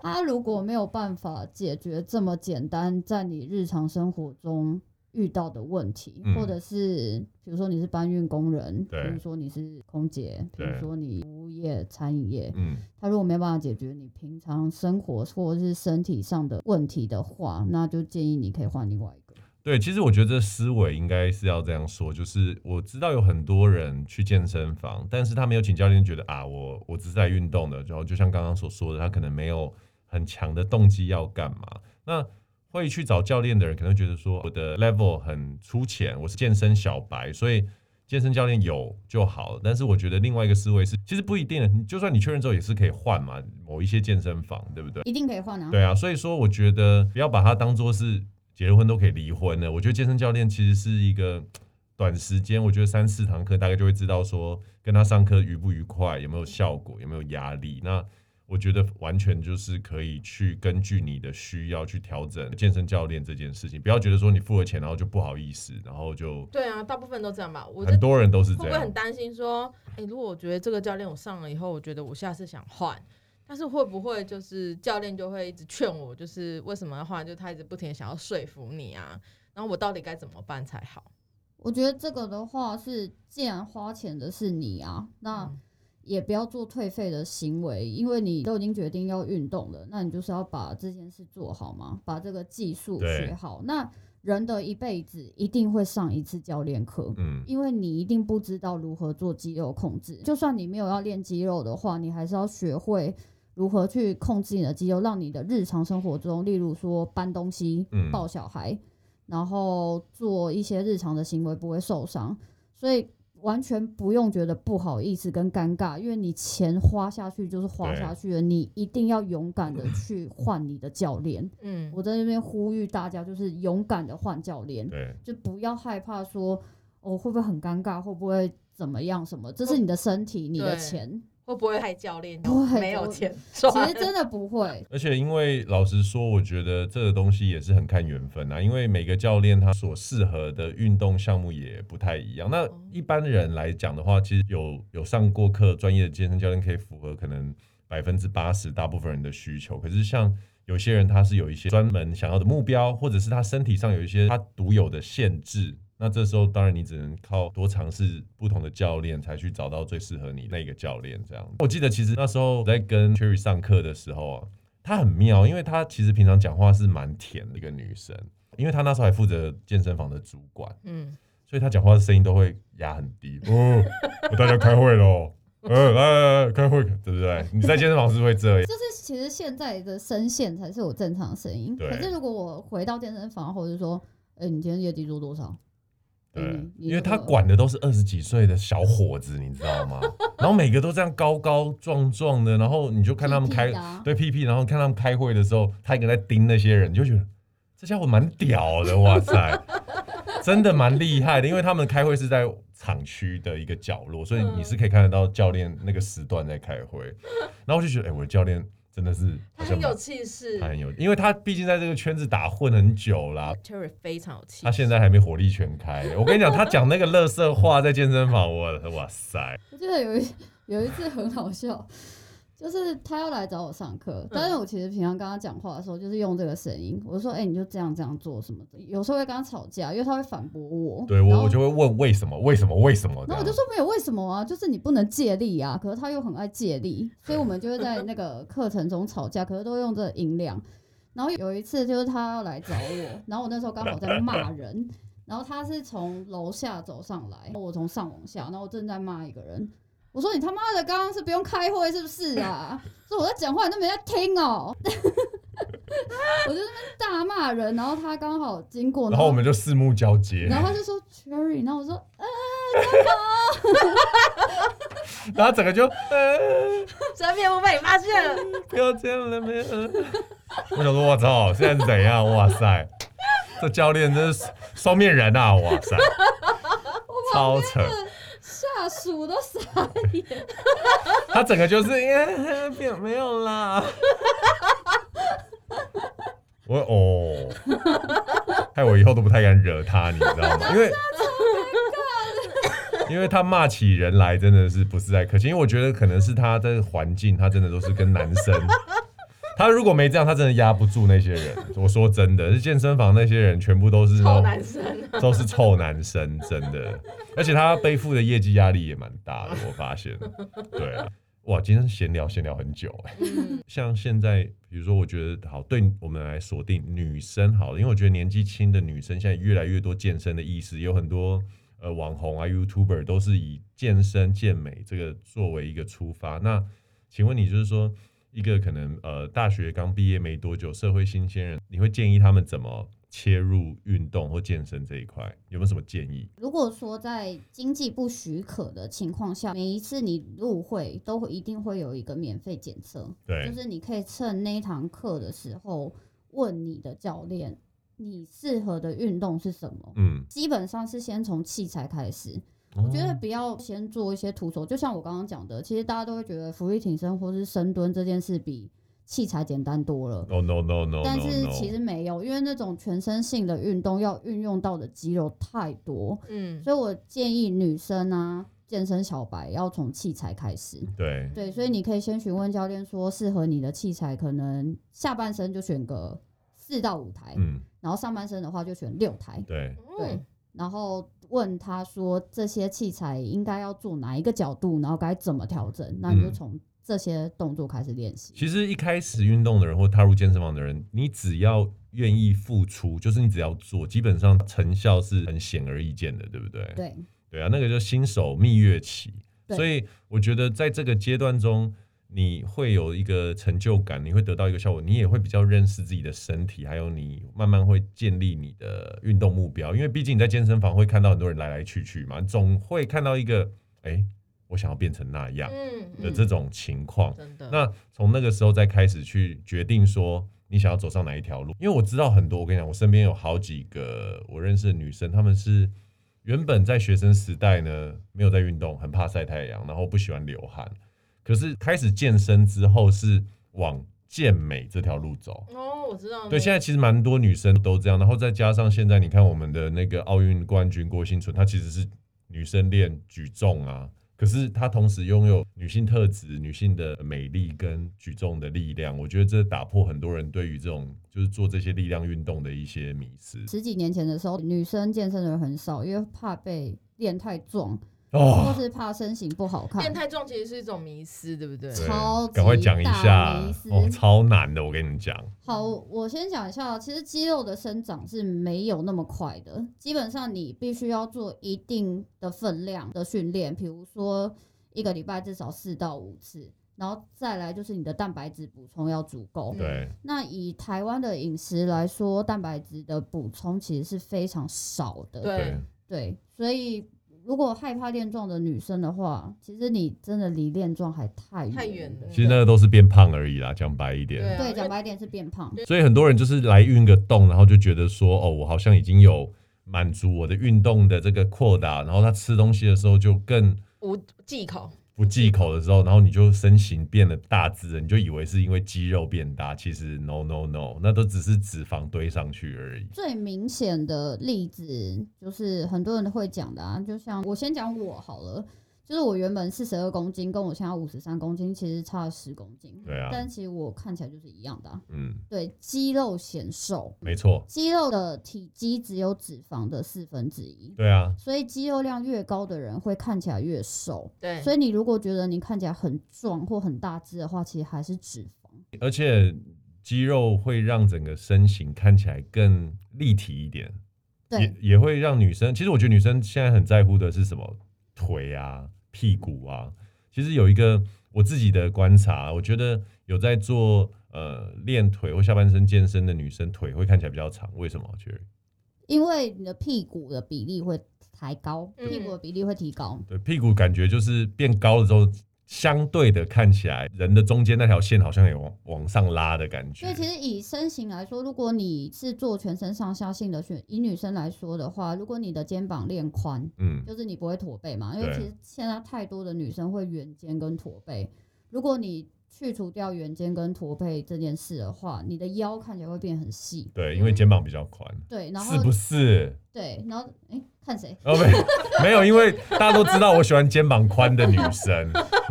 [SPEAKER 3] 他如果没有办法解决这么简单，在你日常生活中遇到的问题，
[SPEAKER 1] 嗯
[SPEAKER 3] 或者是比如说你是搬运工人，比
[SPEAKER 1] 对
[SPEAKER 3] 如说你是空姐，比
[SPEAKER 1] 对
[SPEAKER 3] 如说你服务业、餐饮业，
[SPEAKER 1] 嗯，
[SPEAKER 3] 他如果没办法解决你平常生活或者是身体上的问题的话，那就建议你可以换另外一个。
[SPEAKER 1] 对，其实我觉得这思维应该是要这样说，就是我知道有很多人去健身房，但是他没有请教练，觉得啊，我我只是来运动的，然后就像刚刚所说的，他可能没有很强的动机要干嘛。那会去找教练的人，可能觉得说我的 level 很粗浅，我是健身小白，所以健身教练有就好。但是我觉得另外一个思维是，其实不一定，就算你确认之后也是可以换嘛，某一些健身房，对不对？
[SPEAKER 3] 一定可以换
[SPEAKER 2] 嗯
[SPEAKER 3] 啊！
[SPEAKER 1] 对啊，所以说我觉得不要把它当做是结了婚都可以离婚的。我觉得健身教练其实是一个短时间，我觉得三四堂课大概就会知道说跟他上课愉不愉快，有没有效果，有没有压力。那我觉得完全就是可以去根据你的需要去调整健身教练这件事情，不要觉得说你付了钱然后就不好意思，然后就
[SPEAKER 2] 对啊，大部分都这样吧。我这
[SPEAKER 1] 很多人都是
[SPEAKER 2] 会
[SPEAKER 1] 这
[SPEAKER 2] 不会很
[SPEAKER 1] 样。
[SPEAKER 2] 担心说，哎、如果我觉得这个教练我上了以后，我觉得我下次想换，但是会不会就是教练就会一直劝我，就是为什么要换？就他一直不停地想要说服你啊，然后我到底该怎么办才好？
[SPEAKER 3] 我觉得这个的话是，既然花钱的是你啊，那、
[SPEAKER 2] 嗯
[SPEAKER 3] 也不要做退费的行为，因为你都已经决定要运动了，那你就是要把这件事做好嘛，把这个技术
[SPEAKER 1] 对
[SPEAKER 3] 学好。那人的一辈子一定会上一次教练课，
[SPEAKER 1] 嗯，
[SPEAKER 3] 因为你一定不知道如何做肌肉控制。就算你没有要练肌肉的话，你还是要学会如何去控制你的肌肉，让你的日常生活中，例如说搬东西
[SPEAKER 1] 嗯、
[SPEAKER 3] 抱小孩，然后做一些日常的行为不会受伤。所以完全不用觉得不好意思跟尴尬，因为你钱花下去就是花
[SPEAKER 1] 对
[SPEAKER 3] 下去了，你一定要勇敢的去换你的教练。
[SPEAKER 2] 嗯，
[SPEAKER 3] 我在这边呼吁大家，就是勇敢的换教练。
[SPEAKER 1] 对
[SPEAKER 3] 就不要害怕说哦会不会很尴尬，会不会怎么样什么，这
[SPEAKER 1] 哦
[SPEAKER 3] 是你的身体，你的
[SPEAKER 2] 对
[SPEAKER 1] <laughs>
[SPEAKER 3] 钱，
[SPEAKER 2] 会不会害教练
[SPEAKER 3] 不会
[SPEAKER 2] 没有
[SPEAKER 3] 我
[SPEAKER 2] 钱
[SPEAKER 3] 其
[SPEAKER 2] 赚
[SPEAKER 3] 实？真的不会。
[SPEAKER 1] 而且，因为老实说，我觉得这个东西也是很看缘分啊。因为每个教练他所适合的运动项目也不太一样。那一般人来讲的话，其实有有上过课专业的健身教练可以符合可能百分之八十大部分人的需求。可是像有些人他是有一些专门想要的目标，或者是他身体上有一些他独有的限制。那这时候，当然你只能靠多尝试不同的教练，才去找到最适合你那个教练。这样，我记得其实那时候在跟 Cherry 上课的时候啊，她很妙，因为她其实平常讲话是蛮甜的一个女生，因为她那时候还负责健身房的主管，
[SPEAKER 2] 嗯，
[SPEAKER 1] 所以她讲话的声音都会压很低。哦， <laughs> 我大家开会喽，呃，来来来，开会，对不对？你在健身房是会这样，
[SPEAKER 3] 就是其实现在的声线才是我正常的声音，
[SPEAKER 1] 对
[SPEAKER 3] 可是如果我回到健身房，或者说，哎、你今天业绩做多少？
[SPEAKER 1] <laughs> 对
[SPEAKER 3] 嗯，你
[SPEAKER 1] 因为
[SPEAKER 3] 那
[SPEAKER 1] 她
[SPEAKER 3] 个
[SPEAKER 1] 管的都是二十几岁的小伙子，你知道吗？然后每个都这样高高壮壮的，然后你就看他们开
[SPEAKER 3] 屁屁的啊
[SPEAKER 1] 对屁屁，然后看他们开会的时候，他一个人在盯那些人，你就觉得这家伙蛮屌的，哇
[SPEAKER 3] <laughs>
[SPEAKER 1] 塞，真的蛮厉害的。因为他们开会是在厂区的一个角落，所以你是可以看得到教练那个时段在开会。
[SPEAKER 3] 嗯
[SPEAKER 1] 然后我就觉得，哎、我的教练真的是
[SPEAKER 2] 他
[SPEAKER 1] 好像
[SPEAKER 2] 很有
[SPEAKER 1] 蛮
[SPEAKER 2] 气势
[SPEAKER 1] 他很有，因为他毕竟在这个圈子打混很久啦，
[SPEAKER 2] ，Cherry 非常有气势。
[SPEAKER 1] 他现在还没火力全开。我跟你讲，他讲那个乐色话在健身房，我哇塞，
[SPEAKER 3] 我记得有一有一次很好笑，就是他要来找我上
[SPEAKER 1] 嗯
[SPEAKER 3] 课，但是我其实平常跟他讲话的时候，就是用这个声音，我就说：“哎、你就这样这样做什么的。”有时候会跟他吵架，因为他会反驳我。
[SPEAKER 1] 对
[SPEAKER 3] 然
[SPEAKER 1] 我
[SPEAKER 3] 后
[SPEAKER 1] 我就会问为什么为什么为什么这样，
[SPEAKER 3] 然后我就说没有为什么啊，就是你不能借力啊，可是他又很爱借力，所以我们就会在那个课程中吵架，可是都用这个音量。然后有一次就是他要来找我，然后我那时候刚好在骂人，然后他是从楼下走上来，我从上往下，然后我正在骂一个人，我说你他妈的刚刚是不用开会是不是啊？所以我在讲话你都没在听哦、 <laughs> 我就在那边大骂人，然后他刚好经过，
[SPEAKER 1] 然后我们就四目交接，
[SPEAKER 3] 然后他就说 Cherry，然后我说呃，
[SPEAKER 1] 然后整个就，呃，
[SPEAKER 2] 真面目被你发现了，
[SPEAKER 1] 不要这样了，没有。 <laughs> 我想说，我操，现在是怎样？哇塞，这教练真是双面人啊！哇塞，超扯。
[SPEAKER 3] 下属都傻眼，
[SPEAKER 1] <laughs> 他整个就是，耶，没有没有啦。 <laughs> 我哦，害我以后都不太敢惹他，你知道 <laughs> 吗？因为 <laughs> 因为他骂起人来真的是不是在客气，因为我觉得可能是他的环境，他真的都是跟男生。他如果没这样，他真的压不住那些人。我说真的，是健身房那些人全部都是那
[SPEAKER 2] 好
[SPEAKER 1] 种
[SPEAKER 2] 男生啊，
[SPEAKER 1] 都是臭男生，真的。而且他背负的业绩压力也蛮大的，我发现。对啊，哇，今天闲聊闲聊很久哎、 <laughs> 像现在，比如说，我觉得好，对我们来锁定女生好了，因为我觉得年纪轻的女生现在越来越多健身的意识，有很多呃网红啊、YouTuber 都是以健身健美这个作为一个出发。那请问你就是说？一个可能呃大学刚毕业没多久，社会新鲜人，你会建议他们怎么切入运动或健身这一块？有没有什么建议？
[SPEAKER 3] 如果说在经济不许可的情况下，每一次你入会都会一定会有一个免费检测，
[SPEAKER 1] 对
[SPEAKER 3] 就，是你可以趁那一堂课的时候问你的教练，你适合的运动是什么。
[SPEAKER 1] 嗯，
[SPEAKER 3] 基本上是先从器材开始，
[SPEAKER 1] 我
[SPEAKER 3] 我觉得不要先做一些徒手，就像我刚刚讲的，其实大家都会觉得俯卧挺身或是深蹲这件事比器材简单多了。
[SPEAKER 1] 哦 no no no，
[SPEAKER 3] 但是其实没有，因为那种全身性的运动要运用到的肌肉太多，
[SPEAKER 2] 嗯，
[SPEAKER 3] 所以我建议女生啊，健身小白要从器材开始。
[SPEAKER 1] 对
[SPEAKER 3] 对，所以你可以先询问教练说适合你的器材，可能下半身就选个四到五台，
[SPEAKER 1] 嗯
[SPEAKER 3] 然后上半身的话就选六台，
[SPEAKER 1] 对
[SPEAKER 3] 对
[SPEAKER 2] 嗯，
[SPEAKER 3] 然后问他说这些器材应该要做哪一个角度，然后该怎么调整，那你就
[SPEAKER 1] 嗯
[SPEAKER 3] 从这些动作开始练习。
[SPEAKER 1] 其实一开始运动的人或踏入健身房的人，你只要愿意付出，就是你只要做，基本上成效是很显而易见的，对不对？
[SPEAKER 3] 对，
[SPEAKER 1] 对啊，那个叫新手蜜月期，
[SPEAKER 3] 对
[SPEAKER 1] 所以我觉得在这个阶段中，你会有一个成就感，你会得到一个效果，你也会比较认识自己的身体，还有你慢慢会建立你的运动目标，因为毕竟你在健身房会看到很多人来来去去嘛，总会看到一个，哎、我想要变成那样
[SPEAKER 2] 嗯，
[SPEAKER 1] 的
[SPEAKER 2] 嗯
[SPEAKER 1] 这种情况。
[SPEAKER 2] 真的，
[SPEAKER 1] 那从那个时候再开始去决定说你想要走上哪一条路，因为我知道很多，我跟你讲，我身边有好几个我认识的女生，她们是原本在学生时代呢没有在运动，很怕晒太阳，然后不喜欢流汗，可是开始健身之后是往健美这条路走。
[SPEAKER 2] 哦，我知
[SPEAKER 3] 嗯
[SPEAKER 2] 道那个，
[SPEAKER 1] 对，现在其实蛮多女生都这样，然后再加上现在你看我们的那个奥运冠军郭幸存，她其实是女生练举重啊，可是她同时拥有女性特质、女性的美丽跟举重的力量，我觉得这打破很多人对于这种就是做这些力量运动的一些迷思。
[SPEAKER 3] 十几年前的时候，女生健身的人很少，因为怕被练太壮，或
[SPEAKER 1] 哦，
[SPEAKER 3] 是怕身形不好看
[SPEAKER 2] 变。态重其实是一种迷失，对不对？
[SPEAKER 1] 对
[SPEAKER 3] 超级
[SPEAKER 1] 赶快讲一下
[SPEAKER 3] 大迷思
[SPEAKER 1] 哦，超难的，我跟你们讲，
[SPEAKER 3] 好，
[SPEAKER 2] 嗯
[SPEAKER 3] 我先讲一下，其实肌肉的生长是没有那么快的，基本上你必须要做一定的分量的训练，比如说一个礼拜至少四到五次，然后再来就是你的蛋白质补充要足够。
[SPEAKER 2] 嗯
[SPEAKER 1] 对
[SPEAKER 3] 那以台湾的饮食来说，蛋白质的补充其实是非常少的。
[SPEAKER 2] 对
[SPEAKER 1] 对，
[SPEAKER 3] 对，所以如果害怕练壮的女生的话，其实你真的离练壮还太远
[SPEAKER 2] 太远了
[SPEAKER 1] 其实那个都是变胖而已啦，讲白一点。
[SPEAKER 2] 对啊
[SPEAKER 3] 对，讲白点是变胖。
[SPEAKER 1] 所以很多人就是来运个动，然后就觉得说，哦，我好像已经有满足我的运动的这个扩大，然后他吃东西的时候就更
[SPEAKER 2] 无忌口，
[SPEAKER 1] 不忌口的时候，然后你就身形变得大只了，你就以为是因为肌肉变大，其实 no no no，那都只是脂肪堆上去而已。
[SPEAKER 3] 最明显的例子就是很多人会讲的啊，就像我先讲我好了，就是我原本四十二公斤，跟我现在五十三公斤，其实差了十公斤，
[SPEAKER 1] 对啊，
[SPEAKER 3] 但其实我看起来就是一样的、啊。
[SPEAKER 1] 嗯，
[SPEAKER 3] 对，肌肉显瘦，
[SPEAKER 1] 没错，
[SPEAKER 3] 肌肉的体积只有脂肪的四分之一，
[SPEAKER 1] 对啊，
[SPEAKER 3] 所以肌肉量越高的人会看起来越瘦。
[SPEAKER 2] 对，
[SPEAKER 3] 所以你如果觉得你看起来很壮或很大只的话，其实还是脂肪。
[SPEAKER 1] 而且肌肉会让整个身形看起来更立体一点，也
[SPEAKER 3] 对，
[SPEAKER 1] 也会让女生，其实我觉得女生现在很在乎的是什么腿啊、屁股啊。其实有一个我自己的观察，我觉得有在做呃练腿或下半身健身的女生，腿会看起来比较长。为什么？觉得
[SPEAKER 3] 因为你的屁股的比例会抬高，
[SPEAKER 2] 嗯
[SPEAKER 3] 屁股的比例会提高。
[SPEAKER 1] 对，屁股感觉就是变高了之后，相对的看起来人的中间那条线好像也往往上拉的感觉
[SPEAKER 3] 所以。其实以身形来说，如果你是做全身上下性的训，以女生来说的话，如果你的肩膀练宽，
[SPEAKER 1] 嗯，
[SPEAKER 3] 就是你不会驼背嘛，因为
[SPEAKER 1] 对
[SPEAKER 3] 其实现在太多的女生会圆肩跟驼背。如果你去除掉圆肩跟驼背这件事的话，你的腰看起来会变很细。
[SPEAKER 1] 对，因为肩膀比较宽，
[SPEAKER 3] 对，然
[SPEAKER 1] 是
[SPEAKER 3] 后
[SPEAKER 1] 不是？
[SPEAKER 3] 对，然后哎、看谁？
[SPEAKER 1] 哦，没没有，因为大家都知道我喜欢肩膀宽的女生，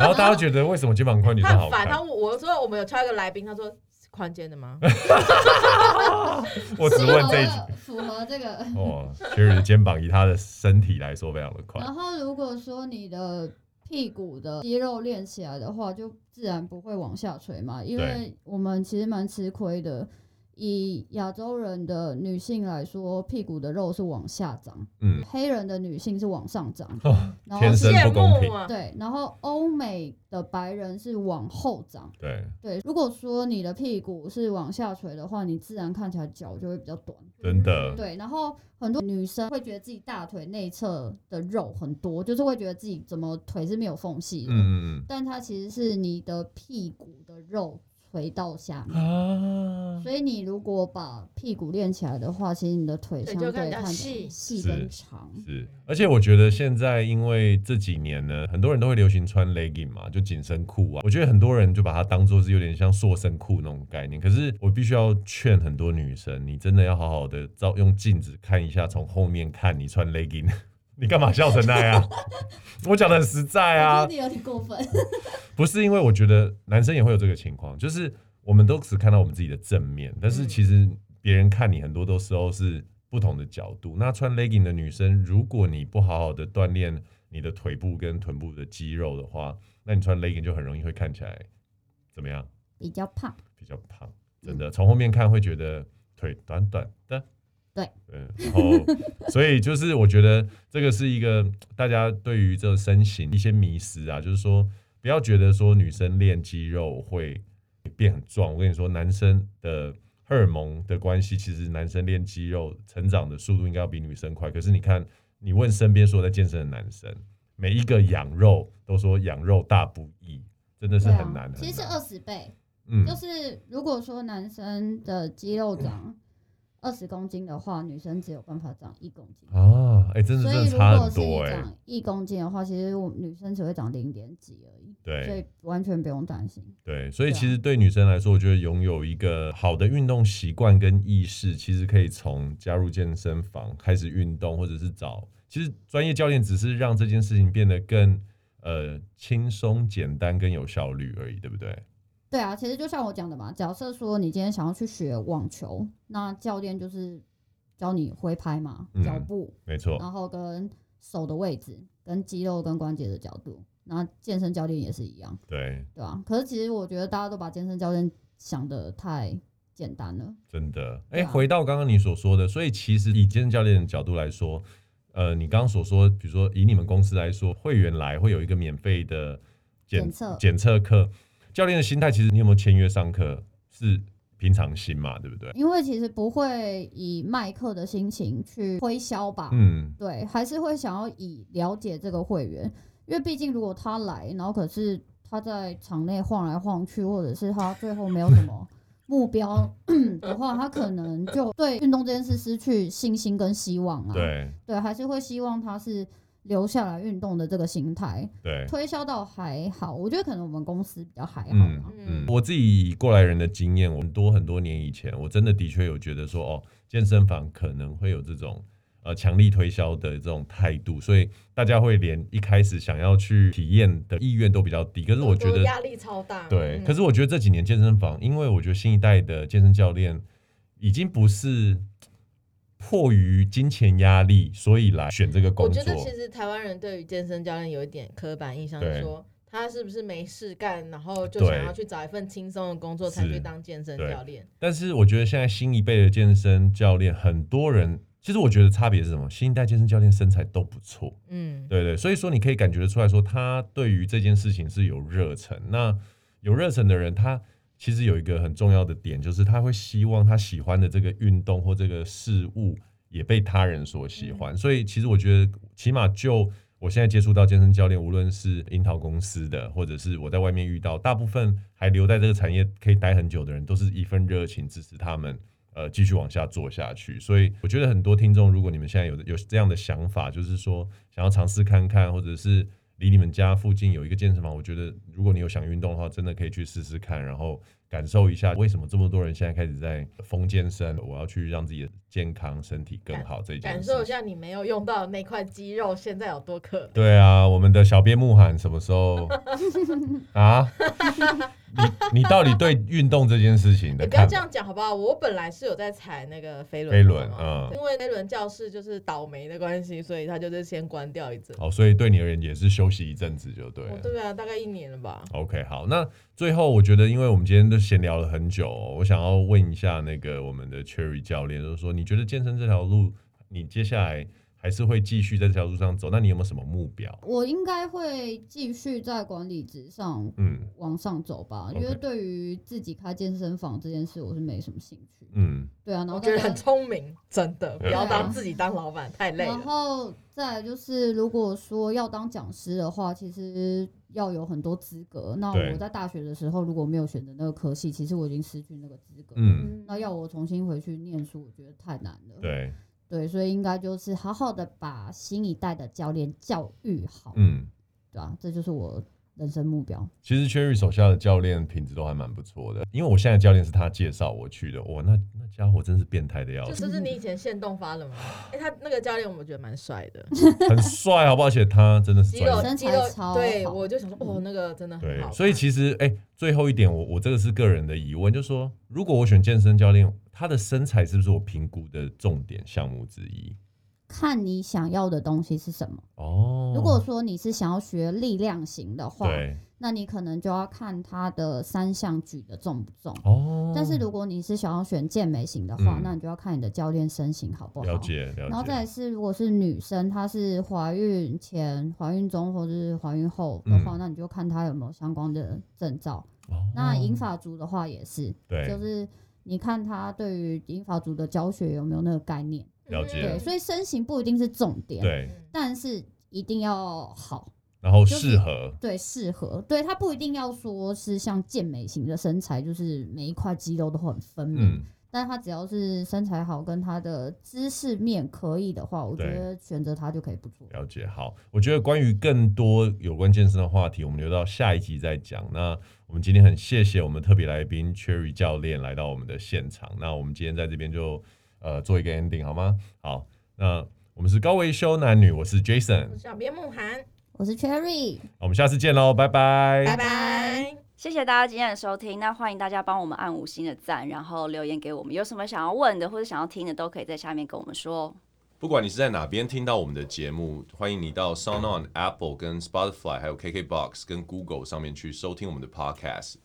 [SPEAKER 1] 然后大家觉得为什么肩膀宽女
[SPEAKER 2] 他
[SPEAKER 1] 生好
[SPEAKER 2] 很烦，他
[SPEAKER 1] 看？
[SPEAKER 2] 问我我说我们有挑一个来宾，他说是宽肩
[SPEAKER 1] <laughs>
[SPEAKER 2] 的吗？
[SPEAKER 1] 我只问这一句。
[SPEAKER 3] 符合这个。
[SPEAKER 1] 哦 s h e r r y 的肩膀以她的身体来说非常的宽，
[SPEAKER 3] 然后如果说你的屁股的肌肉练起来的话，就自然不会往下垂嘛，因为我们其实蛮吃亏的。以亚洲人的女性来说，屁股的肉是往下长，
[SPEAKER 1] 嗯，
[SPEAKER 3] 黑人的女性是往上长，
[SPEAKER 1] 哦，
[SPEAKER 3] 然后
[SPEAKER 1] 天生
[SPEAKER 3] 是
[SPEAKER 2] 羡
[SPEAKER 1] 不公平
[SPEAKER 2] 慕啊！
[SPEAKER 3] 对，然后欧美的白人是往后长。
[SPEAKER 1] 对
[SPEAKER 3] 对，如果说你的屁股是往下垂的话，你自然看起来脚就会比较短。
[SPEAKER 1] 真的
[SPEAKER 3] 对，然后很多女生会觉得自己大腿内侧的肉很多，就是会觉得自己怎么腿是没有缝隙的，
[SPEAKER 1] 嗯嗯
[SPEAKER 3] 但它其实是你的屁股的肉垂到下面。
[SPEAKER 1] 嗯啊，
[SPEAKER 3] 所以你如果把屁股练起来的话，其实你的腿
[SPEAKER 2] 腿
[SPEAKER 3] 相
[SPEAKER 2] 就
[SPEAKER 3] 对
[SPEAKER 2] 看
[SPEAKER 3] 看
[SPEAKER 2] 起
[SPEAKER 3] 起
[SPEAKER 2] 来细
[SPEAKER 3] 来细
[SPEAKER 1] 是
[SPEAKER 3] 跟长。
[SPEAKER 1] 是，而且我觉得现在因为这几年呢，很多人都会流行穿 legging 嘛，就紧身裤啊。我觉得很多人就把它当做是有点像塑身裤那种概念。可是我必须要劝很多女生，你真的要好好的照用镜子看一下，从后面看你穿 legging，你干嘛笑成那样？ <laughs> 我讲的很实在啊，
[SPEAKER 3] 我觉得你有点过
[SPEAKER 1] <laughs>
[SPEAKER 3] 分。
[SPEAKER 1] 不是因为我觉得男生也会有这个情况，就是我们都只看到我们自己的正面，但是其实别人看你很多都时候是不同的角度。那穿 legging 的女生，如果你不好好的锻炼你的腿部跟臀部的肌肉的话，那你穿 legging 就很容易会看起来怎么样？
[SPEAKER 3] 比较胖，
[SPEAKER 1] 比较胖，真的从后面看会觉得腿短短的。
[SPEAKER 3] 对，
[SPEAKER 1] 嗯，然后 <laughs> 所以就是我觉得这个是一个大家对于这个身形一些迷失啊，就是说不要觉得说女生练肌肉会变很壮，我跟你说，男生的。荷尔蒙的关系，其实男生练肌肉成长的速度应该要比女生快。可是你看，你问身边所有在健身的男生，每一个养肉都说养肉大不易，真的是
[SPEAKER 3] 对
[SPEAKER 1] 很
[SPEAKER 3] 啊
[SPEAKER 1] 难。，
[SPEAKER 3] 其实是二十倍。
[SPEAKER 1] 嗯
[SPEAKER 3] 就是如果说男生的肌肉长二十公斤的话，女生只有办法长一公斤。
[SPEAKER 1] 啊，哎、真的
[SPEAKER 3] 所
[SPEAKER 1] 真
[SPEAKER 3] 以
[SPEAKER 1] 的
[SPEAKER 3] 如
[SPEAKER 1] 差
[SPEAKER 3] 果
[SPEAKER 1] 很
[SPEAKER 3] 是
[SPEAKER 1] 多哎、
[SPEAKER 3] 长一公斤的话，其实我女生只会长零点几而已，所
[SPEAKER 1] 对
[SPEAKER 3] 以完全不用担心。
[SPEAKER 1] 对，所以
[SPEAKER 3] 对啊
[SPEAKER 1] 其实对女生来说，我觉得拥有一个好的运动习惯跟意识，其实可以从加入健身房开始运动，或者是找，其实专业教练只是让这件事情变得更呃轻松、简单跟有效率而已，对不对？
[SPEAKER 3] 对啊，其实就像我讲的嘛，假设说你今天想要去学网球，那教练就是教你挥拍嘛
[SPEAKER 1] 嗯，
[SPEAKER 3] 脚步，
[SPEAKER 1] 没错，
[SPEAKER 3] 然后跟手的位置、跟肌肉跟关节的角度。那健身教练也是一样，
[SPEAKER 1] 对，
[SPEAKER 3] 对吧、可是其实我觉得大家都把健身教练想的太简单了。
[SPEAKER 1] 真的。哎、
[SPEAKER 3] 对啊
[SPEAKER 1] 回到刚刚你所说的，所以其实以健身教练的角度来说，呃，你刚刚所说，比如说以你们公司来说，会员来会有一个免费的
[SPEAKER 3] 检测
[SPEAKER 1] 检测课，教练的心态其实你有没有签约上课是平常心嘛，对不对？
[SPEAKER 3] 因为其实不会以卖课的心情去推销吧，
[SPEAKER 1] 嗯，
[SPEAKER 3] 对，还是会想要以了解这个会员，因为毕竟如果他来，然后可是他在场内晃来晃去，或者是他最后没有什么目标的话，他可能就对运动这件事失去信心跟希望啊，
[SPEAKER 1] 对
[SPEAKER 3] 对，还是会希望他是留下来运动的这个心态，
[SPEAKER 1] 对。
[SPEAKER 3] 推销到还好，我觉得可能我们公司比较还好
[SPEAKER 1] 嗯
[SPEAKER 3] 啦，
[SPEAKER 1] 嗯
[SPEAKER 2] 嗯，
[SPEAKER 1] 我自己以过来人的经验，我很多很多年以前，我真的的确有觉得说，哦，健身房可能会有这种呃强力推销的这种态度，所以大家会连一开始想要去体验的意愿都比较低。可是我觉得
[SPEAKER 2] 压力超大。
[SPEAKER 1] 对，
[SPEAKER 2] 啊嗯
[SPEAKER 1] 可是我觉得这几年健身房，因为我觉得新一代的健身教练已经不是迫于金钱压力，所以来选这个
[SPEAKER 2] 我
[SPEAKER 1] 工
[SPEAKER 2] 觉
[SPEAKER 1] 作。
[SPEAKER 2] 得其实台湾人对于健身教练有一点刻板印象，
[SPEAKER 1] 对
[SPEAKER 2] 就说他是不是没事干，然后就
[SPEAKER 1] 对
[SPEAKER 2] 想要去找一份轻松的工作才
[SPEAKER 1] 是
[SPEAKER 2] 去当健身
[SPEAKER 1] 对
[SPEAKER 2] 教练。
[SPEAKER 1] 但是我觉得现在新一辈的健身教练，很多人其实我觉得差别是什么？新一代健身教练身材都不错，
[SPEAKER 2] 嗯，
[SPEAKER 1] 对对，所以说你可以感觉得出来说，他对于这件事情是有热忱。那有热忱的人，他其实有一个很重要的点，就是他会希望他喜欢的这个运动或这个事物，也被他人所喜欢。所以其实我觉得，起码就我现在接触到健身教练，无论是樱桃公司的，或者是我在外面遇到，大部分还留在这个产业可以待很久的人，都是一份热情支持他们。呃，继续往下做下去，所以我觉得很多听众，如果你们现在有有这样的想法，就是说想要尝试看看，或者是离你们家附近有一个健身房，我觉得如果你有想运动的话，真的可以去试试看，然后感受一下为什么这么多人现在开始在疯健身，我要去让自己的健康身体更好这一件
[SPEAKER 2] 感
[SPEAKER 1] 事
[SPEAKER 2] 受一
[SPEAKER 1] 情。
[SPEAKER 2] 下你没有用到的那块肌肉现在有多可
[SPEAKER 1] 对啊，我们的小编慕寒什么时
[SPEAKER 2] <laughs>
[SPEAKER 1] 候啊？你你到底对运动这件事情
[SPEAKER 2] 你
[SPEAKER 1] 的
[SPEAKER 2] 不要
[SPEAKER 1] 看
[SPEAKER 2] 这
[SPEAKER 1] 法？
[SPEAKER 2] 样讲好不好？我本来是有在踩那个飞轮，
[SPEAKER 1] 飞轮
[SPEAKER 2] 啊，
[SPEAKER 1] 嗯
[SPEAKER 2] 因为飞轮教室就是倒霉的关系，所以他就是先关掉一阵。
[SPEAKER 1] 哦，所以对你而言也是休息一阵子就对了。
[SPEAKER 2] 哦，对啊，大概一年了吧。
[SPEAKER 1] OK，好，那最后我觉得，因为我们今天都闲聊了很久哦、我想要问一下那个我们的 Cherry 教练，就是说，你觉得健身这条路，你接下来还是会继续在这条路上走？那你有没有什么目标？
[SPEAKER 3] 我应该会继续在管理职上
[SPEAKER 1] 嗯
[SPEAKER 3] 往上走吧，因为
[SPEAKER 1] OK
[SPEAKER 3] 对于自己开健身房这件事，我是没什么兴趣。
[SPEAKER 1] 嗯，
[SPEAKER 3] 对啊，然后
[SPEAKER 2] 我觉得
[SPEAKER 3] 再
[SPEAKER 2] 很聪明，真的不
[SPEAKER 1] 对
[SPEAKER 2] 要当
[SPEAKER 3] 啊
[SPEAKER 2] 自己当老板，太累
[SPEAKER 3] 然
[SPEAKER 2] 了。
[SPEAKER 3] 后再来就是，如果说要当讲师的话，其实要有很多资格。那
[SPEAKER 1] 对
[SPEAKER 3] 我在大学的时候如果没有选择那个科系，其实我已经失去那个资格。
[SPEAKER 1] 嗯，
[SPEAKER 3] 那要我重新回去念书，我觉得太难了。
[SPEAKER 1] 对，
[SPEAKER 3] 对，所以应该就是好好的把新一代的教练教育好，
[SPEAKER 1] 嗯，
[SPEAKER 3] 对啊，这就是我人生目标。
[SPEAKER 1] 其实 Cherry 手下的教练品质都还蛮不错的，因为我现在的教练是他介绍我去的，哇，那那家伙真是变态的要
[SPEAKER 2] 就
[SPEAKER 3] <laughs>
[SPEAKER 1] 死，
[SPEAKER 2] 这是你以前现动
[SPEAKER 1] <sighs>
[SPEAKER 2] 发的吗？哎，他那个教练我觉得蛮帅的，
[SPEAKER 1] 很帅，好不好？而且他真的是
[SPEAKER 2] 肌
[SPEAKER 1] 专业
[SPEAKER 2] 肉
[SPEAKER 3] 身
[SPEAKER 2] 肌
[SPEAKER 3] 材
[SPEAKER 2] 肉
[SPEAKER 3] 超，
[SPEAKER 2] 对
[SPEAKER 3] 好
[SPEAKER 2] 我就想说，哦，那个真的很
[SPEAKER 1] 对
[SPEAKER 2] 好看。，
[SPEAKER 1] 所以其实哎、最后一点我，我这个是个人的疑问，就是说，如果我选健身教练，他的身材是不是我评估的重点项目之一？
[SPEAKER 3] 看你想要的东西是什么。
[SPEAKER 1] 哦，
[SPEAKER 3] 如果说你是想要学力量型的话，
[SPEAKER 1] 对
[SPEAKER 3] 那你可能就要看他的三项举得重不重。
[SPEAKER 1] 哦，
[SPEAKER 3] 但是如果你是想要选健美型的话，
[SPEAKER 1] 嗯
[SPEAKER 3] 那你就要看你的教练身形好不好。
[SPEAKER 1] 哦了解了
[SPEAKER 3] 然后
[SPEAKER 1] 解，
[SPEAKER 3] 再来是，如果是女生，她是怀孕前、怀孕中或者是怀孕后的话，
[SPEAKER 1] 嗯
[SPEAKER 3] 那你就看她有没有相关的证照。
[SPEAKER 1] 哦
[SPEAKER 3] 那银发族的话也是，
[SPEAKER 1] 对
[SPEAKER 3] 就是你看她对于银发族的教学有没有那个概念。
[SPEAKER 1] 了解
[SPEAKER 3] 对，所以身形不一定是重点，
[SPEAKER 1] 对，
[SPEAKER 2] 嗯
[SPEAKER 3] 但是一定要好，
[SPEAKER 1] 然后
[SPEAKER 3] 就是
[SPEAKER 1] 适合
[SPEAKER 3] 对，适合，对它不一定要说是像健美型的身材，就是每一块肌肉都很分明，
[SPEAKER 1] 嗯
[SPEAKER 3] 但他只要是身材好，跟他的知识面可以的话，我觉
[SPEAKER 1] 对
[SPEAKER 3] 得选择他就可以不错。
[SPEAKER 1] 了解，好，我觉得关于更多有关健身的话题，我们留到下一集再讲。那我们今天很谢谢我们特别来宾 Cherry 教练来到我们的现场。那我们今天在这边就呃做一个 ending 好吗？好，那我们是高维修男女，我是 Jason，
[SPEAKER 2] 小编慕寒，
[SPEAKER 3] 我是 Cherry，
[SPEAKER 1] 好我们下次见喽，拜拜，
[SPEAKER 2] 拜拜。
[SPEAKER 4] 谢谢大家今天的收听，那欢迎大家帮我们按五星的赞，然后留言给我们，有什么想要问的或者想要听的，都可以在下面跟我们说哦。
[SPEAKER 5] 不管你是在哪边听到我们的节目，欢迎你到 SoundOn、Apple、跟 Spotify、还有 KKBox、跟 Google 上面去收听我们的 Podcast。